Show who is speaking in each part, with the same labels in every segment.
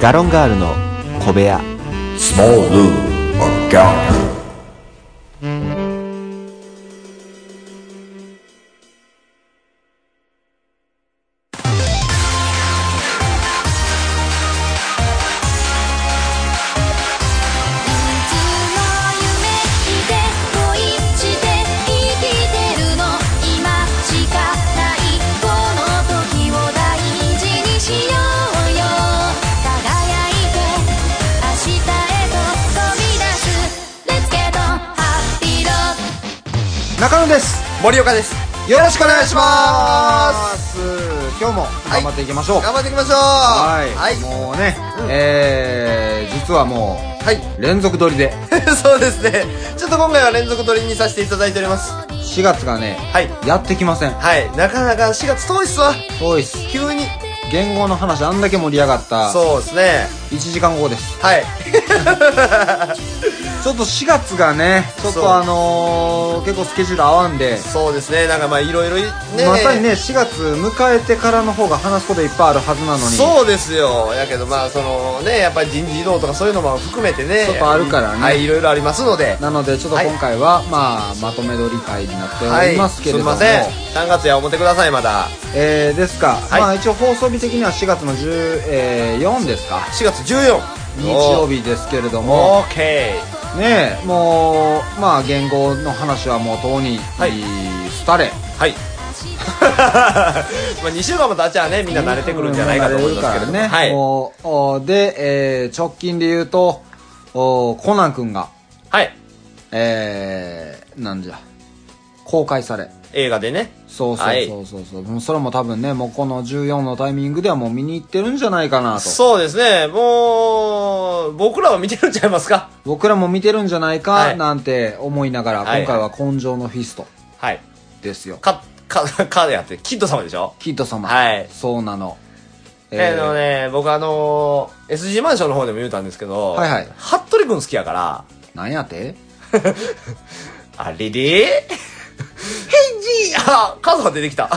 Speaker 1: ガロンガールの小部屋
Speaker 2: Small Lou or Gallo.
Speaker 3: いつも夢見て恋して生きてるの今しかないこの時を大事にしようよ輝いて明日へと飛び出す Let's get on Happy Road
Speaker 4: 中野です
Speaker 5: 森岡です
Speaker 4: よろしくお願いしま
Speaker 5: お願いします
Speaker 4: 今日も頑張っていきましょう
Speaker 5: 頑張っていきましょう
Speaker 4: はい、
Speaker 5: はい、
Speaker 4: もうね、えー、実はも
Speaker 5: はい、
Speaker 4: う連続撮りで
Speaker 5: そうですねちょっと今回は連続撮りにさせていただいておりますは
Speaker 4: 4月がね
Speaker 5: い
Speaker 4: やってきません
Speaker 5: はいなかなか4月遠いっすわ
Speaker 4: そうです
Speaker 5: 急に
Speaker 4: 言語の話あんだけ盛り上がった
Speaker 5: そうですね
Speaker 4: 1時間後です
Speaker 5: はい
Speaker 4: ちょっと4月がねちょっ
Speaker 5: そう
Speaker 4: とあのー、結構スケジュール合わんで
Speaker 5: そうですねなんかまあいろいろいね
Speaker 4: まさにね4月迎えてからの方が話すこといっぱいあるはずなのに
Speaker 5: そうですよやけどまあそのねやっぱり人事異動とかそういうのも含めてね
Speaker 4: ちょっとあるからね
Speaker 5: はいいろいろありますので
Speaker 4: なのでちょっと今回は、まあまとめ撮り会になってお
Speaker 5: は
Speaker 4: りますけれども、
Speaker 5: すいません3月や思ってくださいまた
Speaker 4: えー、ですか、
Speaker 5: い
Speaker 4: まあ一応放送日的には4月の14、えー4ですか
Speaker 5: 4月14
Speaker 4: 日曜日ですけれども
Speaker 5: オーケ
Speaker 4: ねえもうまあ言語の話はもうとうに、
Speaker 5: はい
Speaker 4: 廃れ
Speaker 5: ーはいまあ2週間も経っちゃねみんな慣れてくるんじゃないかと思いますけれども、
Speaker 4: 慣れるから
Speaker 5: は
Speaker 4: ね
Speaker 5: い、
Speaker 4: もうおで、えー直近で言うとおコナン君が
Speaker 5: はい、
Speaker 4: えー、なんじゃ公開され
Speaker 5: 映画でね
Speaker 4: そうそ
Speaker 5: は
Speaker 4: う
Speaker 5: い
Speaker 4: そうそうそう、もうそれも多分ねもうこの14のタイミングではもう見に行ってるんじゃないかなと
Speaker 5: そうですねもう僕らは見てるんちゃいますか
Speaker 4: 僕らも見てるんじゃない
Speaker 5: は
Speaker 4: か
Speaker 5: い
Speaker 4: なんて思いながら、
Speaker 5: はい
Speaker 4: 今回は「根性のフィスト
Speaker 5: はい」
Speaker 4: ですよ
Speaker 5: かかかでやってキッド様でしょ
Speaker 4: キッド様、
Speaker 5: はい
Speaker 4: そうなの
Speaker 5: えー、
Speaker 4: ー
Speaker 5: のね、僕あのー、SG マンションの方でも言うたんですけど、
Speaker 4: はいはい
Speaker 5: 服部くん好きやから、
Speaker 4: なんやって
Speaker 5: あれれヘイジーあ、カズハ出てきた。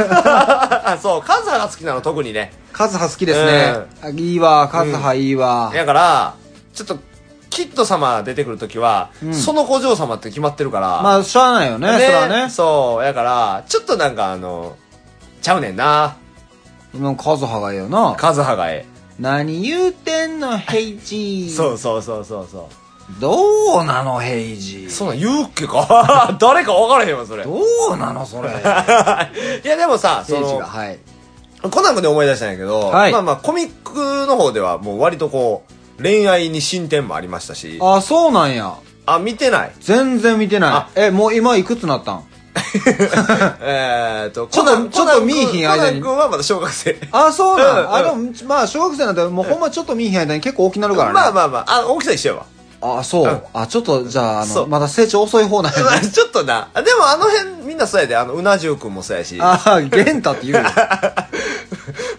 Speaker 5: そう、カズハが好きなの特にね。
Speaker 4: カズハ好きですね、あいいわカズハいいわ、
Speaker 5: だから、ちょっと、キッド様出てくるときは、
Speaker 4: ん
Speaker 5: その小嬢様って決まってるから。
Speaker 4: まあしゃあないよねそれはね
Speaker 5: そう、やから、ちょっとなんかあの、ちゃうねんな。
Speaker 4: もうカズハがいいよな
Speaker 5: カズハがえ
Speaker 4: 何言うてんのヘイジ
Speaker 5: え。
Speaker 4: ー
Speaker 5: そうそうそうそうそ
Speaker 4: どうなのヘイジ
Speaker 5: う。
Speaker 4: ー
Speaker 5: そんなん言うっけか 誰か分からへんわ、それ。
Speaker 4: どうなの それ
Speaker 5: いや、でもさ、
Speaker 4: ヘイ
Speaker 5: そ
Speaker 4: ジ
Speaker 5: の
Speaker 4: が、はい
Speaker 5: コナン君で思い出したんやけど、
Speaker 4: はい
Speaker 5: まあまあコミックの方ではもう割とこう、恋愛に進展もありましたし、
Speaker 4: あそうなんや
Speaker 5: あ、見て ない。
Speaker 4: 全然見て
Speaker 5: あ
Speaker 4: ないえもう今いくつなったん
Speaker 5: えーっと、
Speaker 4: ちょっと
Speaker 5: コナン
Speaker 4: ちょっと見えひん
Speaker 5: コナン君コ
Speaker 4: 間に
Speaker 5: ナン君はまだ小学生。
Speaker 4: あ、そうなの、
Speaker 5: うん
Speaker 4: あ、でも、まあ、小学生なんて、もうほんまちょっと見えへん間に結構大きなるからね。
Speaker 5: まあまあまあ、あ、大きさ一 緒やわ。
Speaker 4: あ。そう。
Speaker 5: うん
Speaker 4: あ、ちょっと、じゃあ、あ
Speaker 5: そ
Speaker 4: の、
Speaker 5: う
Speaker 4: まだ成長遅い方なんやね。
Speaker 5: ちょっとな。でもあの辺みんなそうやで、あの、うな重くんもそうやし、う
Speaker 4: あ、ゲンタって 言うよ。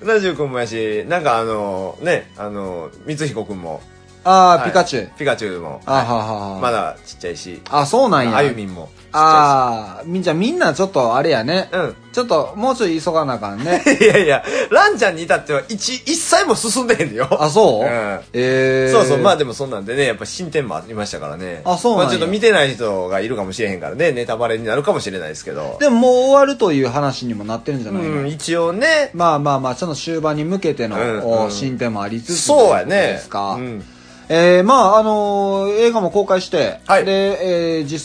Speaker 5: な重くんもやし、なんかあの、ね、あの、光彦くんも。
Speaker 4: あ
Speaker 5: は
Speaker 4: ー、
Speaker 5: い
Speaker 4: ピカチュウ。
Speaker 5: ピカチュウも。
Speaker 4: あははは。
Speaker 5: ま。だちっちゃいし、
Speaker 4: あ、そうなんや。
Speaker 5: あゆみんも。
Speaker 4: あー、みんじゃあみんなちょっとあれやね。
Speaker 5: うん
Speaker 4: ちょっと、もうちょい急がなあか んね。
Speaker 5: ちっちゃいし。いやいや、ランちゃんに至っては一、一切も進んでへんのよ。
Speaker 4: あ、そう、
Speaker 5: うん
Speaker 4: えー。
Speaker 5: そうそう、まあでもそんなんでね、やっぱ進展もありましたからね。
Speaker 4: あそうなんや
Speaker 5: まあちょっと見てない人がいるかもしれへんからね、ネタバレになるかもしれないですけど。
Speaker 4: でももう終わるという話にもなってるんじゃないの、
Speaker 5: うん、一応ね、
Speaker 4: まあまあまあ、その終盤に向けての、
Speaker 5: うん
Speaker 4: お進展もありつつ。
Speaker 5: そうや
Speaker 4: ということ
Speaker 5: ね。
Speaker 4: ですか。
Speaker 5: うん。
Speaker 4: えー、まああのー映画も公開して、
Speaker 5: はい
Speaker 4: で、えー実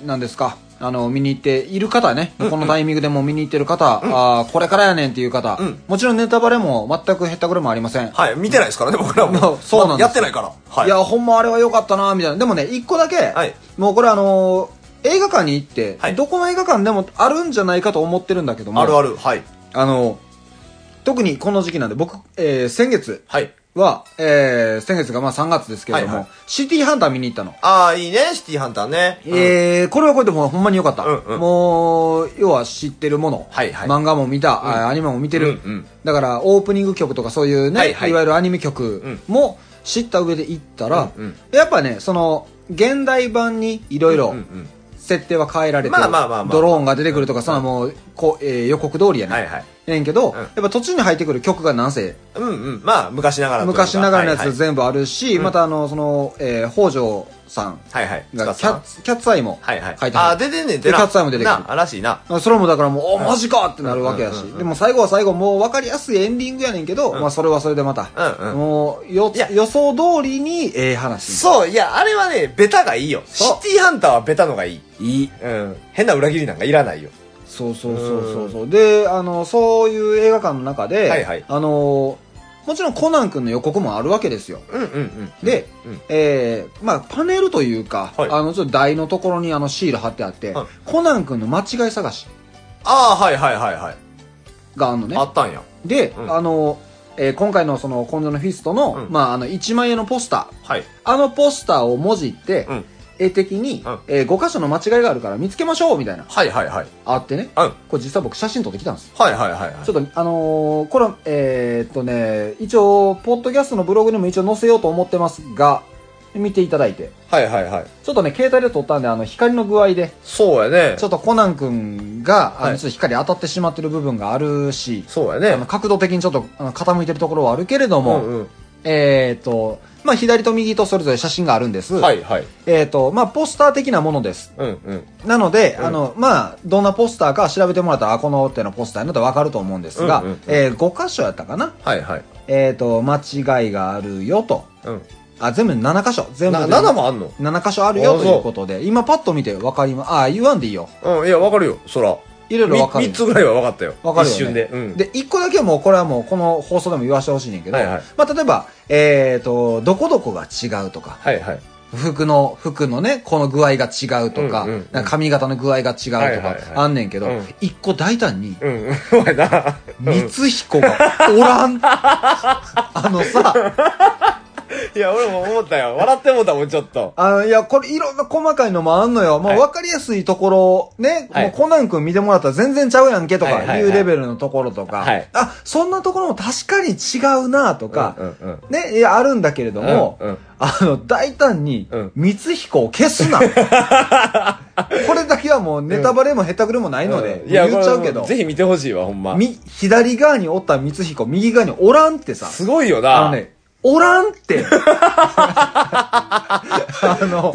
Speaker 4: 際なんですかあの見に行っている方ね、このタイミングでもう見に行ってる方、あーこれからやねんっていう方、
Speaker 5: ん
Speaker 4: もちろんネタバレも全く減ったくれもありません、
Speaker 5: はい、見てないですからね、僕ら
Speaker 4: まあ
Speaker 5: も。
Speaker 4: そうなんです、
Speaker 5: まあやってないから。はいい。
Speaker 4: やほんまあれは良かったなみたいなでもね一個だけ、
Speaker 5: はい
Speaker 4: もうこれあのー映画館に行って、
Speaker 5: はい
Speaker 4: どこの映画館でもあるんじゃないかと思ってるんだけども
Speaker 5: あるあ
Speaker 4: る
Speaker 5: る。はい。
Speaker 4: あの特にこの時期なんで僕、えー先月
Speaker 5: はい。
Speaker 4: は、えー先月がまあ3月ですけれども、
Speaker 5: はいはい
Speaker 4: シティハンター見に行ったの
Speaker 5: ああ、いいね、シティハンターね。うん
Speaker 4: えー、これはこれでもうほんまに良かった、
Speaker 5: うんうん
Speaker 4: もう要は知ってるもの、
Speaker 5: はいはい
Speaker 4: 漫画も見た、あアニメも見てる、
Speaker 5: うんうん
Speaker 4: だからオープニング曲とかそういうね、
Speaker 5: はいいはい
Speaker 4: わゆるアニメ曲も知った上で行ったら、
Speaker 5: うんうん
Speaker 4: やっぱねその現代版にいろいろ
Speaker 5: うんうん
Speaker 4: 設定は変えられて
Speaker 5: まあまあまあまあ
Speaker 4: ドローンが出てくるとかそのもうこう、えー予告通りやね、
Speaker 5: はいはい。
Speaker 4: ええんけど、
Speaker 5: ん
Speaker 4: やっぱ途中に入ってくる曲が何せ
Speaker 5: うんうん。まあ、昔ながらというか
Speaker 4: 昔ながらのや
Speaker 5: はい
Speaker 4: つ全部あるし、またあのその、えー、北条さん
Speaker 5: はいはい。はいは
Speaker 4: が
Speaker 5: い。
Speaker 4: キャッキャッツアイも書
Speaker 5: はいい
Speaker 4: て
Speaker 5: はい。
Speaker 4: はる
Speaker 5: あ、出てんねんてな。
Speaker 4: でキャッツアイも出てくる
Speaker 5: な、あらしいな。
Speaker 4: まあそれもだからもう、おマジかってなるわけやし、
Speaker 5: うんうんうんうん
Speaker 4: でも最後は最後もう分かりやすいエンディングやねんけど、まあそれはそれでまた、
Speaker 5: うんうん
Speaker 4: もうよ
Speaker 5: いや
Speaker 4: 予想通りにええ話
Speaker 5: そう、いや、あれはね、ベタがいいよ。シ
Speaker 4: そう
Speaker 5: ティハンターはベタのがいい。
Speaker 4: いい
Speaker 5: うん。変な裏切りなんかいらないよ。
Speaker 4: そうそうそうそうそうであのそういう映画館の中で、
Speaker 5: はいはい
Speaker 4: あのもちろんコナン君の予告もあるわけですよ
Speaker 5: うんうんうん。
Speaker 4: で、
Speaker 5: うん
Speaker 4: えーまあ、パネルというか、
Speaker 5: はい
Speaker 4: あのちょっと台のところにあのシール貼ってあって、
Speaker 5: はい
Speaker 4: コナン君の間違い探し
Speaker 5: ああ、はいはいはいはい。
Speaker 4: があるのね
Speaker 5: あったんや。
Speaker 4: で、
Speaker 5: うん
Speaker 4: あの、えー今回のその「今度のフィストの」
Speaker 5: うん
Speaker 4: まあ、あの1万円のポスター
Speaker 5: はい。
Speaker 4: あのポスターをもじって、
Speaker 5: うん
Speaker 4: 絵的に、
Speaker 5: うん
Speaker 4: え5箇所の間違いがあるから見つけましょうみたいな
Speaker 5: はいはいはい。
Speaker 4: あってね
Speaker 5: うん。
Speaker 4: これ実は僕写真撮ってきたんです
Speaker 5: はいはいはいはい。
Speaker 4: ちょっとあのーこれえーっとね一応ポッドキャストのブログにも一応載せようと思ってますが見ていただいて
Speaker 5: はいはいはい。
Speaker 4: ちょっとね携帯で撮ったんであの光の具合で
Speaker 5: そうやね
Speaker 4: ちょ。っとコナン君が、あ
Speaker 5: は
Speaker 4: の
Speaker 5: い
Speaker 4: ちょっと光当たってしまってる部分があるし、
Speaker 5: そう
Speaker 4: あ
Speaker 5: や
Speaker 4: の
Speaker 5: ね。
Speaker 4: 角度的にちょっとあの傾いてるところはあるけれども、
Speaker 5: うん
Speaker 4: えっ、と、まあ、左と右とそれぞれ写真があるんです。
Speaker 5: うん。はいはい。
Speaker 4: えっ、と、まあ、ポスター的なものです。
Speaker 5: うんうん。
Speaker 4: なので、
Speaker 5: ん
Speaker 4: あの、まあ、どんなポスターか調べてもらったら、あ、この手のポスターになったらわかると思うんですが、
Speaker 5: うんうんうん
Speaker 4: えー5箇所やったかな
Speaker 5: はいはい。
Speaker 4: えっ、と、間違いがあるよと。
Speaker 5: うん。
Speaker 4: あ、全部で7箇所。全部
Speaker 5: な、
Speaker 4: で
Speaker 5: 7もあんの
Speaker 4: 7箇所あるよということで、今パッと見てわかりま、あ、言わんでいいよ。
Speaker 5: うん。いや、わかるよ。そら。
Speaker 4: いろいろわかるよ
Speaker 5: 3つぐらいは分かったよ。
Speaker 4: わかるよ、ね、
Speaker 5: 一瞬で。うん。
Speaker 4: で、一個だけはもう、これはもう、この放送でも言わしてほしいねんけど、
Speaker 5: はいはい
Speaker 4: まあ、例えば、えっ、と、どこどこが違うとか、
Speaker 5: はいはい。
Speaker 4: 服の、服のね、この具合が違うとか、
Speaker 5: うんうんうん
Speaker 4: なんか髪型の具合が違うとか、
Speaker 5: はいはいはい
Speaker 4: あんねんけど
Speaker 5: うん、
Speaker 4: 一、個大胆に、
Speaker 5: うん。 お前な。うん
Speaker 4: 光彦がお らん。あのさ、
Speaker 5: いや、俺も思ったよ。笑ってもうたもん、ちょっと。
Speaker 4: あの、いや、これいろんな細かいのもあんのよ。もう
Speaker 5: はい
Speaker 4: 分かりやすいところ、ね、
Speaker 5: はい
Speaker 4: もうコナン君見てもらったら全然ちゃうやんけと
Speaker 5: はいはい
Speaker 4: か、
Speaker 5: はい
Speaker 4: いうレベルのところとか、
Speaker 5: はい
Speaker 4: あ、そんなところも確かに違うなとか、
Speaker 5: うんうんうん。
Speaker 4: ね、いや、あるんだけれども、
Speaker 5: うんうん
Speaker 4: あの、大胆に
Speaker 5: うん、
Speaker 4: 光彦を消す な。これだけはもうネタバレも下手くれもないので、
Speaker 5: いや
Speaker 4: 言っちゃうけ
Speaker 5: これ
Speaker 4: ど
Speaker 5: も、ぜひ見てほしいわ、ほんま。
Speaker 4: み、左側におった光彦、右側におらんってさ、
Speaker 5: すごいよ
Speaker 4: あ
Speaker 5: な。
Speaker 4: のね、おらん って。あの、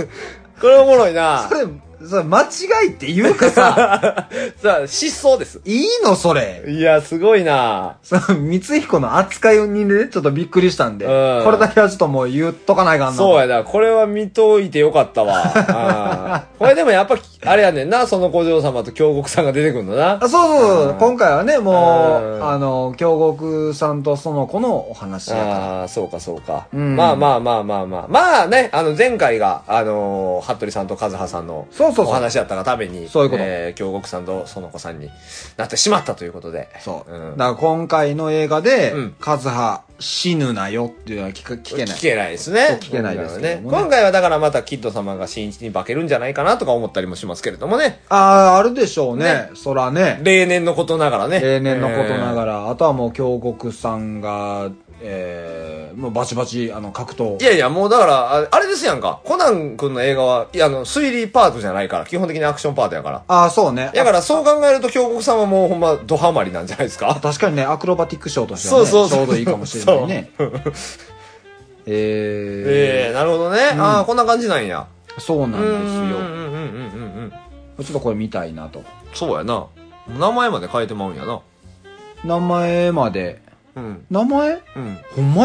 Speaker 5: これおもろいな
Speaker 4: そ。れ、それ間違いっていう かさ、
Speaker 5: さあ、失踪です。
Speaker 4: いいのそれ。
Speaker 5: いや、すごいな。
Speaker 4: その、光彦の扱いにね、ちょっとびっくりしたんで、
Speaker 5: うん
Speaker 4: これだけはちょっともう言っとかないかんなと。
Speaker 5: そうやな。これは見といてよかった わ。うんこれでもやっぱ、あれやねんな。その小嬢様と京極さんが出てくるのな。
Speaker 4: あそうそうそう
Speaker 5: うん
Speaker 4: 今回はね、も
Speaker 5: う
Speaker 4: う、
Speaker 5: ん
Speaker 4: あの、京極さんとその子のお話やか
Speaker 5: ああ、そうかそうか。
Speaker 4: うん
Speaker 5: まあまあまあまあまあ。まあね、あの前回が、あのー服部さんと和葉さんの
Speaker 4: そうそうそう
Speaker 5: お話やったがために、
Speaker 4: そういうこと
Speaker 5: えー京極さんと園子さんになってしまったということで。
Speaker 4: ら。そう。
Speaker 5: うん
Speaker 4: だから今回の映画で、
Speaker 5: うん
Speaker 4: カズハ死ぬなよっていうのは聞か聞けない
Speaker 5: 聞。けないですね。
Speaker 4: 聞けないですけど
Speaker 5: 今
Speaker 4: もね
Speaker 5: 回は今回はだからまたキッド様が新一に化けるんじゃないかなとか思ったりもしますけれどもね。
Speaker 4: ああ、あるでしょうね。
Speaker 5: ね
Speaker 4: そらね。
Speaker 5: 例年のことながらね。
Speaker 4: 例年のことな
Speaker 5: ら。
Speaker 4: がら、あとはもう京極さんが、えー、もうバチバチ、あの、格闘。
Speaker 5: いやいや、もうだから、ああれですやんか。コナン君の映画は、いや、あの、推理パートじゃないから、基本的にアクションパートやから。
Speaker 4: ああ、そうね。
Speaker 5: だから、そう考えると、京極さんはもうほんま、ドハマりなんじゃないです
Speaker 4: あ
Speaker 5: か
Speaker 4: 確かにね、アクロバティックショーとしては
Speaker 5: そう
Speaker 4: ね、
Speaker 5: そうそう
Speaker 4: ちょうどいいかもしれないね。
Speaker 5: ええ
Speaker 4: え
Speaker 5: なるほどね。
Speaker 4: うん
Speaker 5: ああ、こんな感じなんや。
Speaker 4: ー、そうなんです
Speaker 5: うんうん
Speaker 4: よ。
Speaker 5: うんうんうん。
Speaker 4: ちょっとこれ見たいなと。
Speaker 5: そうやな。名前まで変えてまうんやな。
Speaker 4: 名前まで。
Speaker 5: うん。
Speaker 4: 名前
Speaker 5: うん。
Speaker 4: ほんま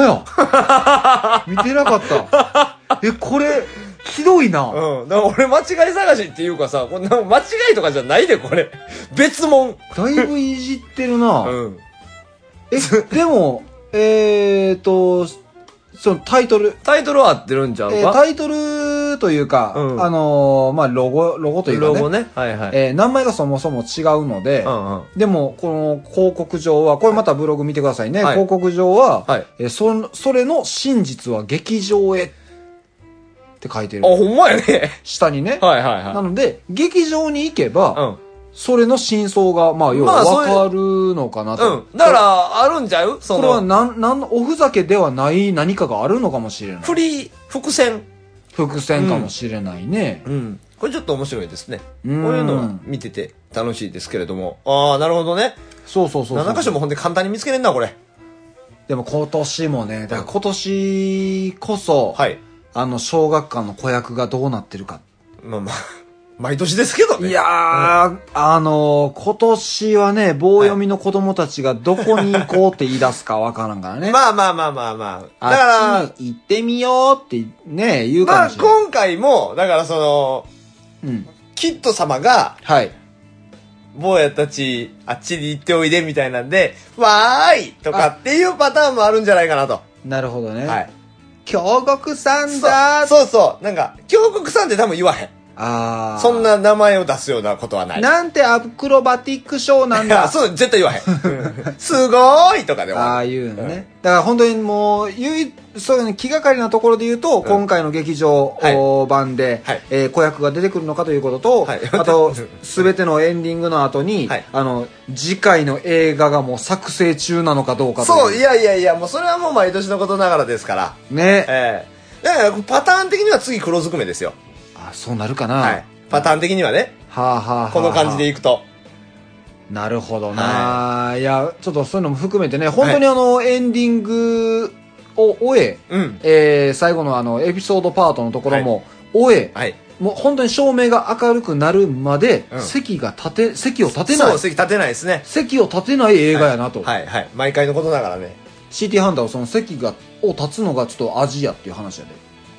Speaker 4: や。見てなかった。え、これ、ひどいな。
Speaker 5: うん。だから俺間違い探しっていうかさ、こんな間違いとかじゃないで、これ。 別物。
Speaker 4: だいぶいじってるな。
Speaker 5: うん。
Speaker 4: え、でも、えーと、そのタイトル、
Speaker 5: タイトルは合ってるんちゃう
Speaker 4: え
Speaker 5: か、
Speaker 4: ータイトルというか、
Speaker 5: うん
Speaker 4: あのーまあ、ロゴ、ロゴというか
Speaker 5: ロ
Speaker 4: ね、
Speaker 5: ゴね。はいはい。
Speaker 4: えー名前がそもそも違うので、
Speaker 5: うんうん。
Speaker 4: でも、この広告上は、これまたブログ見てくださいね。
Speaker 5: はい
Speaker 4: 広告上は、
Speaker 5: はい
Speaker 4: えーその、それの真実は劇場へって書いてる
Speaker 5: あ、。ほんまやね。
Speaker 4: 下にね。
Speaker 5: はいはい
Speaker 4: な
Speaker 5: は
Speaker 4: ので、劇場に行けば、
Speaker 5: い。
Speaker 4: それの真相が、まあ、要
Speaker 5: ま
Speaker 4: は
Speaker 5: あそういう
Speaker 4: わかるのかな
Speaker 5: う
Speaker 4: と。
Speaker 5: ん。うん。だから、あるんちゃうそ
Speaker 4: これ
Speaker 5: の、
Speaker 4: はなん、なんの、おふざけではない何かがあるのかもしれない。
Speaker 5: フリー、伏線。
Speaker 4: 伏線かもしれないね。
Speaker 5: うん。これちょっと面白いですね。こ
Speaker 4: う
Speaker 5: うんいうのは見てて楽しいですけれども。ああ、なるほどね。
Speaker 4: そうそうそうそう
Speaker 5: 7箇所もほんで簡単に見つけれんなこれ
Speaker 4: でも今年もね、だから今年こそ、
Speaker 5: はい
Speaker 4: あの、小学館の子役がどうなってるか。
Speaker 5: まあまあ 毎年ですけどね
Speaker 4: いやー、あのー今年はね、棒読みの子供たちがどこに行こうって言い出すかわからんからね。
Speaker 5: まあまあまあまあまあだ
Speaker 4: あ
Speaker 5: か
Speaker 4: っちに行ってみようってね、言う
Speaker 5: らま
Speaker 4: かも
Speaker 5: あ
Speaker 4: しれない。
Speaker 5: 今回もだからその
Speaker 4: うん。
Speaker 5: キッド様が
Speaker 4: はい。
Speaker 5: 坊やたちあっちに行っておいでみたいなんでわーいとかっていうパターンもあるんじゃないかなと
Speaker 4: なるほどね。
Speaker 5: はい
Speaker 4: 京極さんだ
Speaker 5: そうそう
Speaker 4: ー
Speaker 5: そうなんか京国さんって多分言わへん
Speaker 4: あー
Speaker 5: そん。な名前を出すようなことはない
Speaker 4: なんてアクロバティックショーなん
Speaker 5: あ
Speaker 4: だ。
Speaker 5: そう絶対言わへん すごーいとかでも
Speaker 4: ああいうのね。だから本当にもう、唯一そういうの気がかりなところで言うと、今回の劇場、
Speaker 5: はい
Speaker 4: お版で、
Speaker 5: はい
Speaker 4: えー子役が出てくるのかということと、
Speaker 5: はい
Speaker 4: あと、すべてのエンディングの後に、
Speaker 5: はい
Speaker 4: あの、次回の映画がもう作成中なのかどうかという。
Speaker 5: そういやいやいやもうそれはもう毎年のことながらですから
Speaker 4: ね。
Speaker 5: ええだからパターン的には次黒ずくめですよ
Speaker 4: あ、そうなるかな。は
Speaker 5: はいパターン的にはね
Speaker 4: あ、はあはあはあ
Speaker 5: この感じでいくと
Speaker 4: なるほどな、い、や、ちょっとそういうのも含めてね、本当にあの、エンディングを終え、
Speaker 5: うん
Speaker 4: えー最後のあの、エピソードパートのところも、終え、
Speaker 5: はい
Speaker 4: もう本当に照明が明るくなるまで、
Speaker 5: うん
Speaker 4: 席が立て、席を立てな
Speaker 5: そ。
Speaker 4: いう
Speaker 5: 席立てないですね
Speaker 4: 席を立てない映画やなと。
Speaker 5: はいはい毎回のことながらね
Speaker 4: シティハンターはその席が、を立つのがちょっとアジアっていう話やで。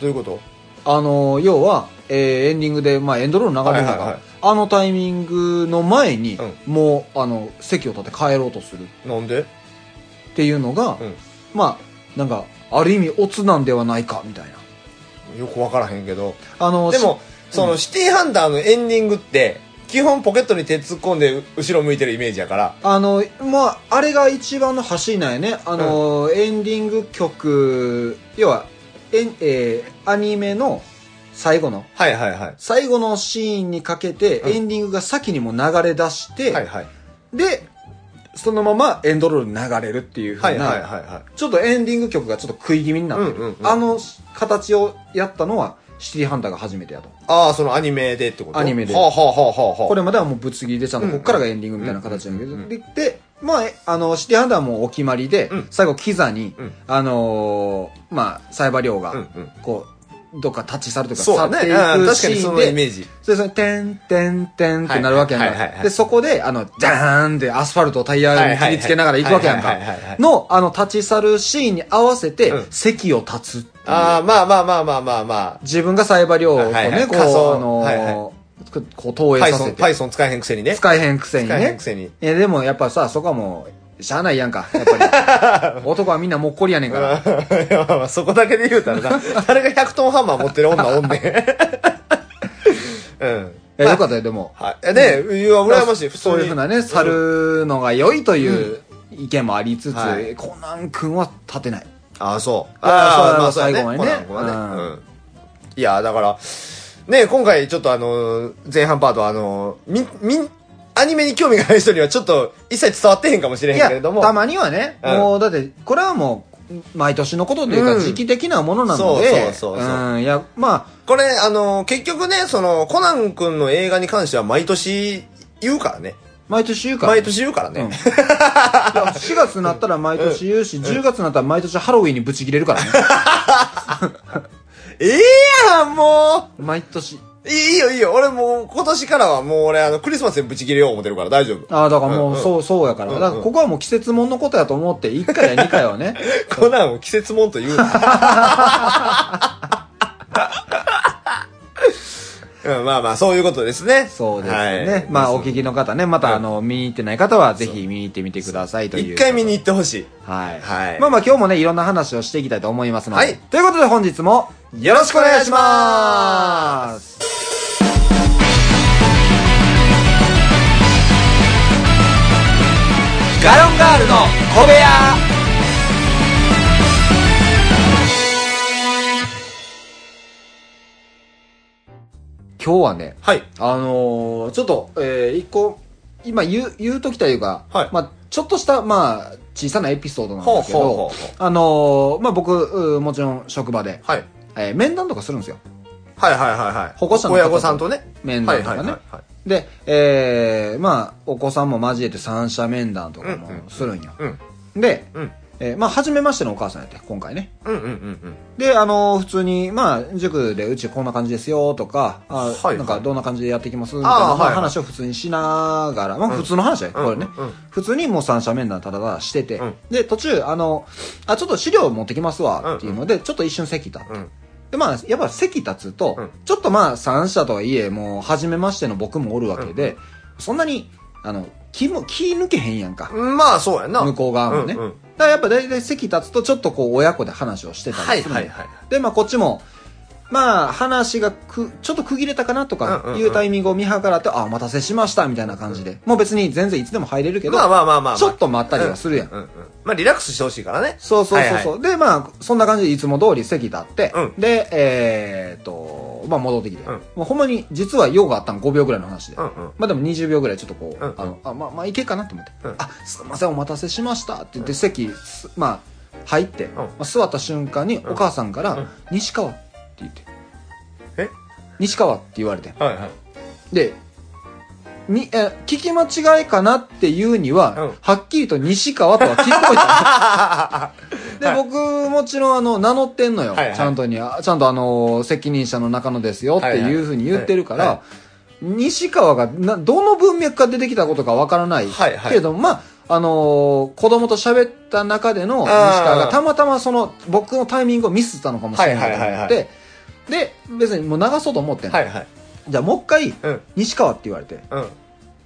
Speaker 5: どういうこと
Speaker 4: あのー、要は、えーエンディングで、まあエンドロール流れる
Speaker 5: は
Speaker 4: のが、
Speaker 5: いはいはい
Speaker 4: あのタイミングの前に、
Speaker 5: うん
Speaker 4: もう、あの、席を立て帰ろうとするっ
Speaker 5: なんで
Speaker 4: ていうのが、
Speaker 5: うん
Speaker 4: まあ、なんか、ある意味、オツなんではないか、みたいな。
Speaker 5: よくわからへんけど
Speaker 4: あのー、
Speaker 5: でもそのシティハンターのエンディングって基本ポケットに手突っ込んでう後ろ向いてるイメージやから
Speaker 4: あの、まあ、あれが一番の走りなんやね。あの、エンディング曲、要は、えん、えーアニメの最後の、
Speaker 5: はいはいはい
Speaker 4: 最後のシーンにかけて、
Speaker 5: うん
Speaker 4: エンディングが先にもう流れ出して、
Speaker 5: はいはい
Speaker 4: で、そのままエンドロールに流れるっていう
Speaker 5: は
Speaker 4: 風
Speaker 5: い
Speaker 4: な、
Speaker 5: はいはいは
Speaker 4: ちょっとエンディング曲がちょっと食い気味に
Speaker 5: い
Speaker 4: なっ
Speaker 5: う
Speaker 4: て
Speaker 5: ん
Speaker 4: る。
Speaker 5: うんうん
Speaker 4: あの形をやったのは、シティハンターが初めてやと。
Speaker 5: ああ、そのアニメでってこと
Speaker 4: アニメで
Speaker 5: はあ、はあはあはあはあ、
Speaker 4: これまではもうぶつ切りでちゃんと
Speaker 5: うん
Speaker 4: こっからがエンディングみたいな形なんだけ
Speaker 5: う
Speaker 4: ど、
Speaker 5: ん
Speaker 4: で、でまあ、えあの、シティハンターもお決まりで、
Speaker 5: うん
Speaker 4: 最後キザに、
Speaker 5: うん
Speaker 4: あのーまあ、サイバリョウ
Speaker 5: うん
Speaker 4: が、
Speaker 5: うん。
Speaker 4: こう、どっかタッチされとか、
Speaker 5: そう
Speaker 4: 去
Speaker 5: だ
Speaker 4: って
Speaker 5: ね
Speaker 4: い。く
Speaker 5: うん確
Speaker 4: シ
Speaker 5: かにそ
Speaker 4: ーン
Speaker 5: のイメ
Speaker 4: で、
Speaker 5: ージ。
Speaker 4: それそれ、てんてんてんってなるわけやん
Speaker 5: はいはいはいは
Speaker 4: か。
Speaker 5: い
Speaker 4: で、そこで、あの、じゃーンってアスファルトをタイ
Speaker 5: はい
Speaker 4: ヤ
Speaker 5: はい
Speaker 4: に
Speaker 5: は
Speaker 4: 切
Speaker 5: い
Speaker 4: りつけながら行くわけやん
Speaker 5: はいはいはいは
Speaker 4: か
Speaker 5: い。
Speaker 4: の、あの、立ち去るシーンに合わせて
Speaker 5: うん、
Speaker 4: 席を立つっていう。
Speaker 5: ああ、まあまあまあまあまあま
Speaker 4: 自分がサイバリョウを
Speaker 5: はいはい
Speaker 4: ね、こう、
Speaker 5: 仮想
Speaker 4: あの
Speaker 5: はいは
Speaker 4: ー、こう投
Speaker 5: あ。パイ
Speaker 4: 影さ
Speaker 5: ソ
Speaker 4: せ
Speaker 5: ン、
Speaker 4: て
Speaker 5: パ。イソン使えへんくせにね。
Speaker 4: 使えへんくせに
Speaker 5: 使えへん
Speaker 4: ね
Speaker 5: く。せに。
Speaker 4: いや、でもやっぱさ、そこはもう、しゃあないやんか。やっぱ り。男はみんなもっこりやねん
Speaker 5: う
Speaker 4: か
Speaker 5: ん い
Speaker 4: ら。
Speaker 5: やまあまあそこだけで言うたら な、誰が100トンハンマー持ってる女おんねん。うん。
Speaker 4: え、よかったよ、でも。
Speaker 5: はい。えね、いや、羨ましい。普通に
Speaker 4: そういうふうなね、去るのが良いという意見もありつつ
Speaker 5: は、い
Speaker 4: コナン君は立てない。
Speaker 5: ああ、そう。
Speaker 4: いや
Speaker 5: あ
Speaker 4: そ
Speaker 5: あ、
Speaker 4: う
Speaker 5: まあ、そうや
Speaker 4: 最後ま
Speaker 5: ね。コ
Speaker 4: でね
Speaker 5: ナン君はね。
Speaker 4: うん
Speaker 5: うん。いや、だから、ね、今回ちょっとあのー、前半パートはあのー、み、み、アニメに興味がない人にはちょっと一切伝わってへんかもしれ
Speaker 4: い
Speaker 5: へん
Speaker 4: や
Speaker 5: けれ、ども。
Speaker 4: たまにはね、
Speaker 5: うん
Speaker 4: もうだって、これはもう、毎年のことという
Speaker 5: う
Speaker 4: か、
Speaker 5: ん
Speaker 4: 時期的なものなので、
Speaker 5: そうそうそうそ
Speaker 4: うん、いや、ま
Speaker 5: これ、あのー、結局ね、その、コナン君の映画に関しては毎年言うからね。
Speaker 4: あ、毎年言うから
Speaker 5: 毎。年言うからね。
Speaker 4: うん4月になったら毎年言うし、10月になったら毎年ハロウィンにブチ切れ るからね。
Speaker 5: ええやん、も
Speaker 4: 毎年。
Speaker 5: ういいいいよ、いいよ。俺もう、今年からはもう俺、あの、クリスマスにブチ切れよう思ってるから大丈夫。
Speaker 4: ああ、だからも
Speaker 5: うん
Speaker 4: う、
Speaker 5: うん
Speaker 4: そう、そうやから。
Speaker 5: うんう
Speaker 4: だ
Speaker 5: ん
Speaker 4: から、ここはもう季節もんのことやと思って、1回や2回はね。
Speaker 5: コナンを季節もんと言う な。うん、まあまあ、 そういうことですね。
Speaker 4: そうですね。
Speaker 5: はい
Speaker 4: まあ、お聞きの方ね、
Speaker 5: う
Speaker 4: ま
Speaker 5: ん
Speaker 4: た、あの、見に行ってない方は、ぜひ見に行ってみてくださいという。
Speaker 5: 一回見に行ってほし
Speaker 4: はい。
Speaker 5: はい
Speaker 4: まあまあ、今日もね、いろんな話をしていきたいと思いますので。
Speaker 5: はい
Speaker 4: ということで、本日も、
Speaker 5: い。よろしくお願いしますすガロンガールの小部屋
Speaker 4: 今日はね、
Speaker 5: はい。
Speaker 4: あのーちょっと、えー、一個、今言う、言うときというか、
Speaker 5: はい
Speaker 4: まあ、ちょっとした、まあ、小さなエピソードなんですけど、
Speaker 5: ほうほうほうほう
Speaker 4: あのーまあ僕、うーもちろん職場で、
Speaker 5: はい。
Speaker 4: えー面談とかするんですよ。
Speaker 5: はいはいはいはい。
Speaker 4: 保護者の方と
Speaker 5: 親御さんとね。
Speaker 4: 面談とかね。
Speaker 5: はいはいはいはい
Speaker 4: で、えー、まあ、お子さんも交えて三者面談とかもするんよ。
Speaker 5: うん
Speaker 4: で、
Speaker 5: うん
Speaker 4: えーまあ、初めましてのお母さんやって、今回ね。
Speaker 5: うんうんうん
Speaker 4: で、あのー普通に、まあ、塾でうちこんな感じですよとか、あ
Speaker 5: はいはい
Speaker 4: なんかどんな感じでやっていきますみたいな、
Speaker 5: あー
Speaker 4: まあ
Speaker 5: はいはい
Speaker 4: 話を普通にしながら、まあ、普通の話や、
Speaker 5: うん
Speaker 4: これね、
Speaker 5: うんうん
Speaker 4: 普通にもう三者面談ただただしてて、
Speaker 5: うん
Speaker 4: で、途中、あの、あ、ちょっと資料持ってきますわっていうので、ちょっと一瞬席立って。
Speaker 5: うん
Speaker 4: で、まあ、やっぱ席立つと、
Speaker 5: うん
Speaker 4: ちょっとまあ、三者とはいえ、もう、初めましての僕もおるわけで、そんなに、あの、気も、気抜けへんやんか。
Speaker 5: うんまあそうやな
Speaker 4: 向こう側もね。
Speaker 5: うんうん
Speaker 4: だからやっぱ大体席立つと、ちょっとこう、親子で話をしてた
Speaker 5: は
Speaker 4: り
Speaker 5: い
Speaker 4: するの
Speaker 5: は
Speaker 4: よ
Speaker 5: いはい
Speaker 4: で、まあ、こっちも、まあ、話がく、ちょっと区切れたかなと
Speaker 5: うんうん
Speaker 4: か、
Speaker 5: うん
Speaker 4: いうタイミングを見計らって、あ、お待たせしました、みたいな感じで。もう別に全然いつでも入れるけど、
Speaker 5: まあまあまあまあ
Speaker 4: ちょっと待ったりはするやん。
Speaker 5: うんうんまあリラックスしてほしいからね
Speaker 4: そうそうそうそう、
Speaker 5: はいは
Speaker 4: で、まあ、そんな感じでいつも通り席立って、
Speaker 5: うん
Speaker 4: で、えーっと、まあ戻ってきて。
Speaker 5: うん
Speaker 4: もうほんまに、実は用があったの5秒ぐらいの話で。
Speaker 5: うんうん
Speaker 4: まあでも20秒ぐらいちょっとこ
Speaker 5: う
Speaker 4: う、
Speaker 5: んうん
Speaker 4: あの、あ、まあ、まあいけっかなと思って、
Speaker 5: うん
Speaker 4: あ、すいません、お待たせしましたって言って席、すまあ、入って、まあ、座った瞬間にお母さんから、
Speaker 5: うん
Speaker 4: 西川って言って、
Speaker 5: え
Speaker 4: 西川って言われて。
Speaker 5: はい はい
Speaker 4: で、に、え、聞き間違いかなっていうには、
Speaker 5: うん
Speaker 4: はっきりと西川とは聞こえた。で、
Speaker 5: はい
Speaker 4: 僕、もちろん、あの、名乗ってんのよ。
Speaker 5: はいはい
Speaker 4: ちゃんとに、あちゃんとあの、責任者の中野ですよっていうふうに言ってるから、
Speaker 5: はいはい
Speaker 4: 西川がな、どの文脈から出てきたことかわからない。
Speaker 5: はいはい
Speaker 4: けれども、まあ、あのー子供と喋った中での西川
Speaker 5: あ
Speaker 4: が、
Speaker 5: ー
Speaker 4: たまたまその、僕のタイミングをミスったのかもしれないと思って、
Speaker 5: はいはいはい
Speaker 4: で、別にもう流そうと思ってんの、
Speaker 5: はいはい
Speaker 4: じゃあもう一回、
Speaker 5: うん
Speaker 4: 西川って言われて、
Speaker 5: うん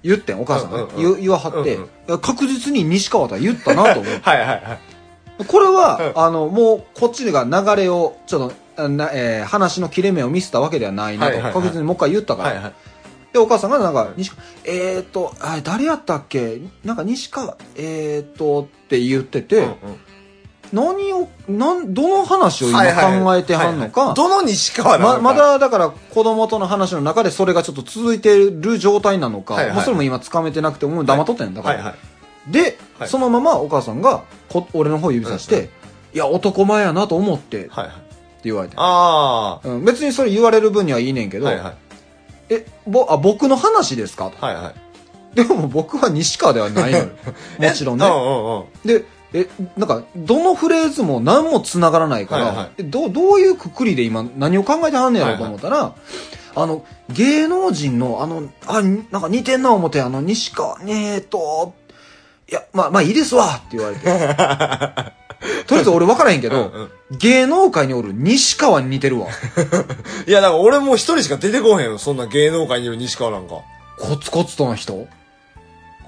Speaker 4: 言ってん、お母さんが、
Speaker 5: うんうんうん
Speaker 4: 言う言わはって、
Speaker 5: うんうん
Speaker 4: いや確実に西川とは言ったなと思って
Speaker 5: はいはいはい
Speaker 4: これは、
Speaker 5: うん
Speaker 4: あの、もう、こっちが流れを、ちょっと、あなえー話の切れ目を見せたわけではないな
Speaker 5: は
Speaker 4: と、
Speaker 5: いはいはい
Speaker 4: 確実にもう一回言ったから。
Speaker 5: はいはい
Speaker 4: で、お母さんが、なんか、西川、えーっと、あ誰やったっけなんか、西川、えーっと、って言ってて、
Speaker 5: うんうん
Speaker 4: 何を、なん、どの話を今考えてはんのか、
Speaker 5: いはいどの西川なの
Speaker 4: ま
Speaker 5: か
Speaker 4: まだだから子供との話の中でそれがちょっと続いてる状態なのか、
Speaker 5: はいはい
Speaker 4: もうそれも今つかめてなくてもう黙っとったんやんだから、
Speaker 5: はいはい
Speaker 4: で、
Speaker 5: はい
Speaker 4: そのままお母さんがこ俺の方指さし
Speaker 5: う
Speaker 4: て、
Speaker 5: んう
Speaker 4: いや男前やなと思ってって
Speaker 5: はいはい
Speaker 4: 言われて、
Speaker 5: あ
Speaker 4: うん、別にそれ言われる分にはいいねんけ
Speaker 5: あ
Speaker 4: ど、
Speaker 5: はいはい
Speaker 4: えぼあ僕の話ですかと
Speaker 5: はいはい
Speaker 4: でも僕は西川ではないのよもちろん ね
Speaker 5: えうんうんうん
Speaker 4: でえなんかどのフレーズも何もつながらないから、
Speaker 5: はいはい
Speaker 4: えどうどういうくくりで今何を考えてはんねやろうと思ったら、あの芸能人のあのあになんか似てんな思ってあの西川ねえといやまあまあいいですわって言われ てとりあえず俺分からへんけど、
Speaker 5: うんうん
Speaker 4: 芸能界におる西川に似てるわ
Speaker 5: いやだから俺もう一人しか出てこへんよそんな芸能界にいる西川なんか
Speaker 4: コツコツとの人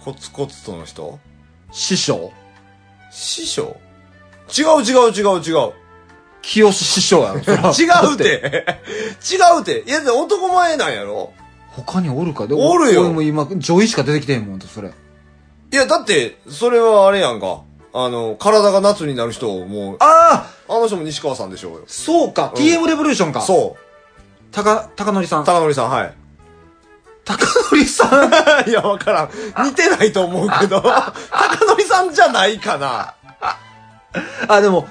Speaker 5: コツコツとの人
Speaker 4: 師匠
Speaker 5: 師匠違う違う違う違う
Speaker 4: 清志師匠やろそれ は
Speaker 5: 違う
Speaker 4: だ
Speaker 5: て違うていやで男前なんやろ
Speaker 4: 他におるかで
Speaker 5: おるよ
Speaker 4: 俺も今女医しか出てきてへんもんとそれ
Speaker 5: いやだってそれはあれやんかあの体が夏になる人をもうあ
Speaker 4: ああ
Speaker 5: の人も西川さんでしょうよ
Speaker 4: そうか、
Speaker 5: うん
Speaker 4: TM レボリューションか。う。
Speaker 5: そ
Speaker 4: たか、たかのりさ。
Speaker 5: うん 高典さんはい
Speaker 4: たかのりさ ん
Speaker 5: いやわからん似てないと思うけど高典さんじゃないかな
Speaker 4: あ、でも、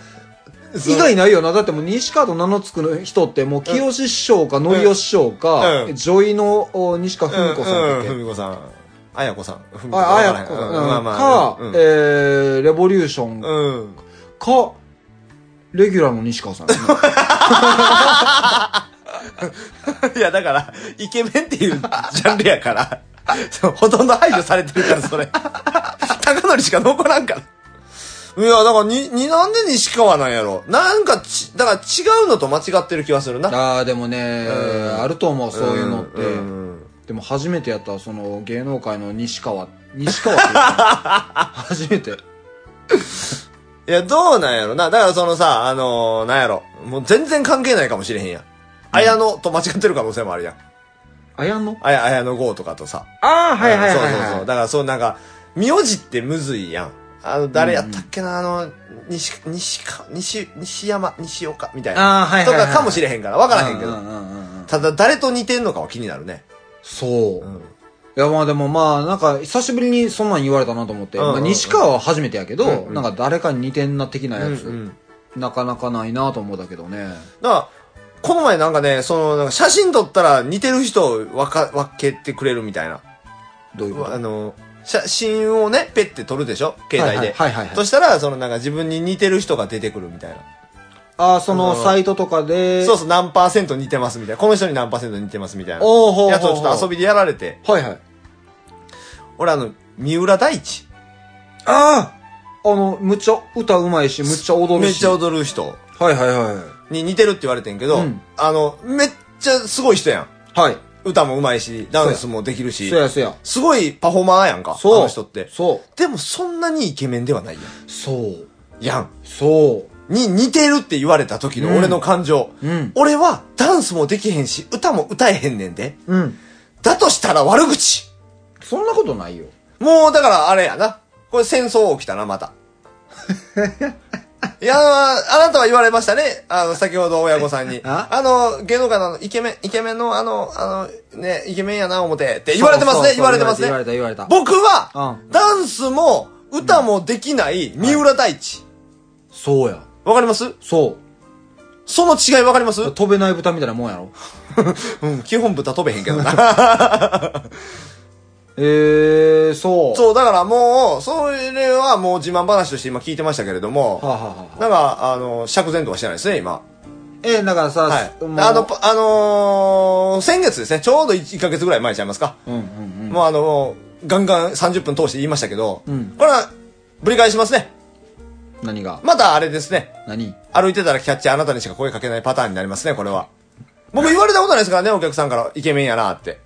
Speaker 5: そう
Speaker 4: 以外ないよな。だってもう西川と名の付く人って、もう清志師匠か、のりお師匠か、
Speaker 5: うん
Speaker 4: 女医のお西川文子さんだっけ。
Speaker 5: ふみこさんあやこさんふみこ
Speaker 4: あ、あやこ、
Speaker 5: う
Speaker 4: うんん
Speaker 5: まあまあ
Speaker 4: か、
Speaker 5: うん
Speaker 4: えー、レボリューションか、
Speaker 5: うん
Speaker 4: レギュラーの西川さん、ね。
Speaker 5: いや、だから、イケメンっていうジャンルやから、 そうほとんど排除されてるから、それ。 高典しか残らんから。いや、だから、に、に、なんで西川なんやろなんかち、だから違うのと間違ってる気はするな。
Speaker 4: ああ、でもね、
Speaker 5: うん
Speaker 4: あると思う、そういうのって。
Speaker 5: うんうん
Speaker 4: でも初めてやったわその芸能界の西川、 西川って言った初めて。
Speaker 5: いや、どうなんやろな。だから、そのさ、あのー、なんやろ。もう全然関係ないかもしれへんやん。綾野と間違ってる可能性もあるやん。
Speaker 4: あやんの
Speaker 5: 綾綾野剛とかとさ。
Speaker 4: ああ、
Speaker 5: そうそうそう。だから、そうなんか、名字ってむずいやん。あの、誰やったっけな、あの、西、西か、西、西山、西岡みたいな。
Speaker 4: ああ、はい
Speaker 5: と
Speaker 4: はいはい、
Speaker 5: かかもしれへんから、わからへんけ
Speaker 4: う
Speaker 5: ど。
Speaker 4: んうんうんうん
Speaker 5: ただ、誰と似てんのかは気になるね。
Speaker 4: そう。
Speaker 5: うん
Speaker 4: いや、まあでもまあ、なんか、久しぶりにそんなん言われたなと思って、
Speaker 5: うんうんうん
Speaker 4: まあ、西川は初めてやけど、
Speaker 5: うんうん
Speaker 4: なんか誰かに似てんな的な
Speaker 5: う
Speaker 4: やつ、
Speaker 5: ん。
Speaker 4: なかなかないなと思うだけどね。
Speaker 5: だから、この前なんかね、その、なんか写真撮ったら似てる人を分か、分けてくれるみたいな。
Speaker 4: どういうこと
Speaker 5: あの、写真をね、ペッて撮るでしょ携帯で。
Speaker 4: はいはいはいはいはい
Speaker 5: そしたら、そのなんか自分に似てる人が出てくるみたいな。
Speaker 4: ああ、その
Speaker 5: あの
Speaker 4: サイトとかで。
Speaker 5: そうそう、何パーセント似てますみたいな。この人に何パーセント似てますみたいな。
Speaker 4: おーほうほうほう
Speaker 5: やつをちょっと遊びでやられて。
Speaker 4: はいはい。
Speaker 5: 俺あの、三浦大知。
Speaker 4: あああの、むっちゃ歌うまいし、むっちゃ踊
Speaker 5: め
Speaker 4: る
Speaker 5: っ
Speaker 4: し。
Speaker 5: ちゃ踊る人
Speaker 4: はいはいはい。
Speaker 5: に似てるって言われてんけど、
Speaker 4: うん
Speaker 5: あの、めっちゃすごい人やん。
Speaker 4: はい。
Speaker 5: 歌も上手いし、ダンスもできるし
Speaker 4: そ。やそや。
Speaker 5: すごいパフォーマーやんか。
Speaker 4: そう。
Speaker 5: あの人って。
Speaker 4: そ
Speaker 5: でもそんなにイケメンではないやん。
Speaker 4: う。そう。
Speaker 5: やん。
Speaker 4: そう。
Speaker 5: に似てるって言われた時の俺の感情。
Speaker 4: うん
Speaker 5: 俺はダンスもできへんし、歌も歌えへんねんで。
Speaker 4: うん。
Speaker 5: だとしたら悪口
Speaker 4: そんなことないよ。
Speaker 5: もうだからあれやな。これ戦争起きたな、ま た。いや、あなたは言われましたね。あの、先ほど親御さんに。
Speaker 4: あ
Speaker 5: あの、芸能界のあのイケメン、イケメンのあの、あの、ね、イケメンやな、思て。って言われてますね、
Speaker 4: そうそうそう
Speaker 5: 言われてますね。
Speaker 4: 言われた言われた言われ
Speaker 5: 僕は、
Speaker 4: うん
Speaker 5: ダンスも歌もできない三浦大知。
Speaker 4: た。そうや。
Speaker 5: わ、かります
Speaker 4: そ
Speaker 5: その違いわかります
Speaker 4: う。飛べない豚みたいなもんやろ。
Speaker 5: うん、基本豚飛べへんけど な。
Speaker 4: ええー、そう。
Speaker 5: そう、だからもう、それはもう自慢話として今聞いてましたけれども、
Speaker 4: はあ、はあはあ、
Speaker 5: なんか、あの、釈然とはしてないですね、今。
Speaker 4: えー、だからさ、
Speaker 5: はい。
Speaker 4: もう
Speaker 5: あの、ぱあのー先月ですね、ちょうど 1, ヶ月ぐらい前ちゃいますか。
Speaker 4: うんうんうん。
Speaker 5: もうあのーガンガン30分通して言いましたけど、
Speaker 4: うん
Speaker 5: これは、ぶり返しますね。
Speaker 4: 何が
Speaker 5: またあれですね、
Speaker 4: 何
Speaker 5: 歩いてたらキャッチあなたにしか声かけないパターンになりますね、これは。僕言われたことないですからね、お客さんからイケメンやなって。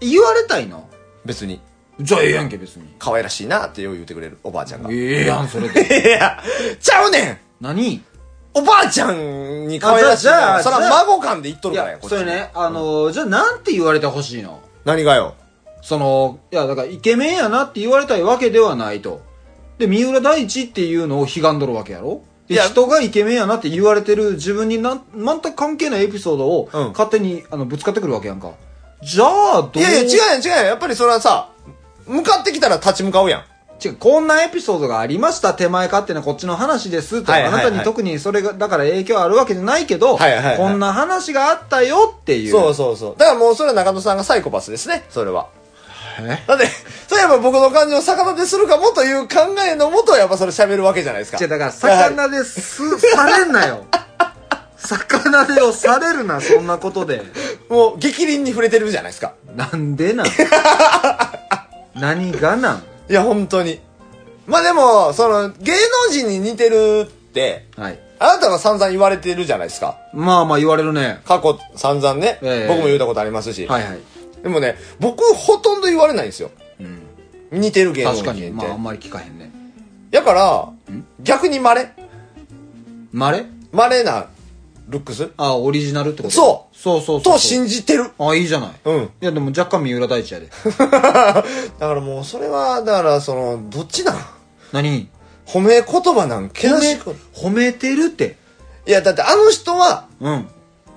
Speaker 4: 言われたいな。
Speaker 5: 別に、
Speaker 4: じゃあええやんけ、別に。
Speaker 5: 可愛らしいなってよう言ってくれる、おばあちゃんが。い
Speaker 4: ええやん、それで。
Speaker 5: や、ちゃうねん
Speaker 4: 何
Speaker 5: おばあちゃんに可愛らしいな。
Speaker 4: あじ
Speaker 5: そ
Speaker 4: ゃあじゃ
Speaker 5: ら
Speaker 4: あ
Speaker 5: 孫感で言っと
Speaker 4: い
Speaker 5: るからや
Speaker 4: や、
Speaker 5: こっち
Speaker 4: それね、あのー、じゃあなんて言われてほしいの
Speaker 5: 何がよ。
Speaker 4: その、いや、だからイケメンやなって言われたいわけではないと。で、三浦大知っていうのを悲願どるわけやろで
Speaker 5: いや
Speaker 4: 人がイケメンやなって言われてる自分になん全く関係ないエピソードを
Speaker 5: うん
Speaker 4: 勝手に、あのぶつかってくるわけやんか。じゃあ、どう
Speaker 5: い
Speaker 4: い
Speaker 5: やいや、違うやん違うやん。やっぱりそれはさ、向かってきたら立ち向かうやん。
Speaker 4: 違う、こんなエピソードがありました、手前勝手なこっちの話ですとか、
Speaker 5: はいはいはい
Speaker 4: あなたに特にそれが、だから影響あるわけじゃないけど、
Speaker 5: はいはいはい
Speaker 4: こんな話があったよっていう。
Speaker 5: そうそうそう。だからもうそれは中野さんがサイコパスですね、それは。
Speaker 4: え
Speaker 5: だって、それやっぱ僕の感情を逆立てするかもという考えのもと、やっぱそれ喋るわけじゃないですか。
Speaker 4: 違う、だから、
Speaker 5: はい
Speaker 4: 魚です、されんな よ。魚でをされるな、そんなことで。
Speaker 5: もう、激鱗に触れてるじゃないですか。
Speaker 4: なんでなん何がなん
Speaker 5: いや、本当に。まあでも、その、芸能人に似てるって、
Speaker 4: はい。
Speaker 5: あなたが散々言われてるじゃないですか。
Speaker 4: まあまあ言われるね。
Speaker 5: 過去散々ね、
Speaker 4: ええ
Speaker 5: 僕も言うたことありますし。
Speaker 4: はいはい。
Speaker 5: でもね、僕ほとんど言われないんですよ。
Speaker 4: うん。
Speaker 5: 似てる芸能人
Speaker 4: 確
Speaker 5: って。
Speaker 4: かに、まああんまり聞かへんね。
Speaker 5: だから、逆に稀
Speaker 4: まれ
Speaker 5: 稀なルックス
Speaker 4: あ、オリジナルってこと
Speaker 5: そう
Speaker 4: そうそうそう。
Speaker 5: と信じてる。
Speaker 4: あ、いいじゃない。
Speaker 5: うん
Speaker 4: いや、でも若干三浦大知や で。
Speaker 5: だからもうそれは、だからその、どっちなん
Speaker 4: 何
Speaker 5: 褒め言葉なんけ
Speaker 4: 褒
Speaker 5: な
Speaker 4: め、
Speaker 5: しく。
Speaker 4: 褒めてるって。
Speaker 5: いや、だってあの人は、
Speaker 4: うん。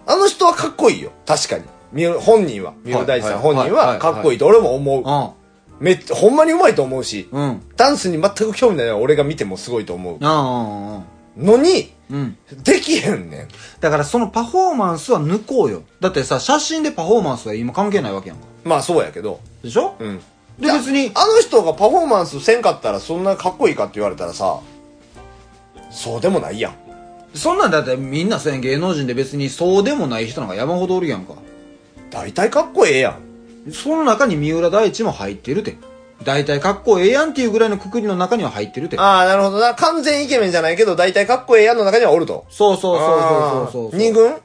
Speaker 5: あの人はかっこいいよ。確かに。みゆ本人は。三浦大知さん
Speaker 4: はい
Speaker 5: 本人
Speaker 4: は
Speaker 5: はいかっこいいと俺も思う。
Speaker 4: あ
Speaker 5: めっちゃ、ほんまにうまいと思うし
Speaker 4: あ。、うん。
Speaker 5: ダンスに全く興味ないのは俺が見てもすごいと思う。
Speaker 4: ああああ、あ
Speaker 5: のに、
Speaker 4: あうん。
Speaker 5: できへんねん。
Speaker 4: だからそのパフォーマンスは抜こうよ。だってさ、写真でパフォーマンスは今関係ないわけやんか。
Speaker 5: まあそうやけど。
Speaker 4: でしょ
Speaker 5: うん。
Speaker 4: で、別に、
Speaker 5: あの人がパフォーマンスせんかったらそんなかっこいいかって言われたらさ、そうでもないやん。
Speaker 4: そんなんだってみんなそうやん芸能人で別にそうでもない人なんか山ほどおるやんか。
Speaker 5: 大体かっこええやん。
Speaker 4: その中に三浦大知も入ってるて。大体かっこええやんっていうぐらいのくくりの中には入ってるて。
Speaker 5: ああ、なるほどな。完全イケメンじゃないけど、大体かっこええやんの中にはおると。
Speaker 4: そうそうそうそうそうそう。
Speaker 5: 二軍
Speaker 4: だか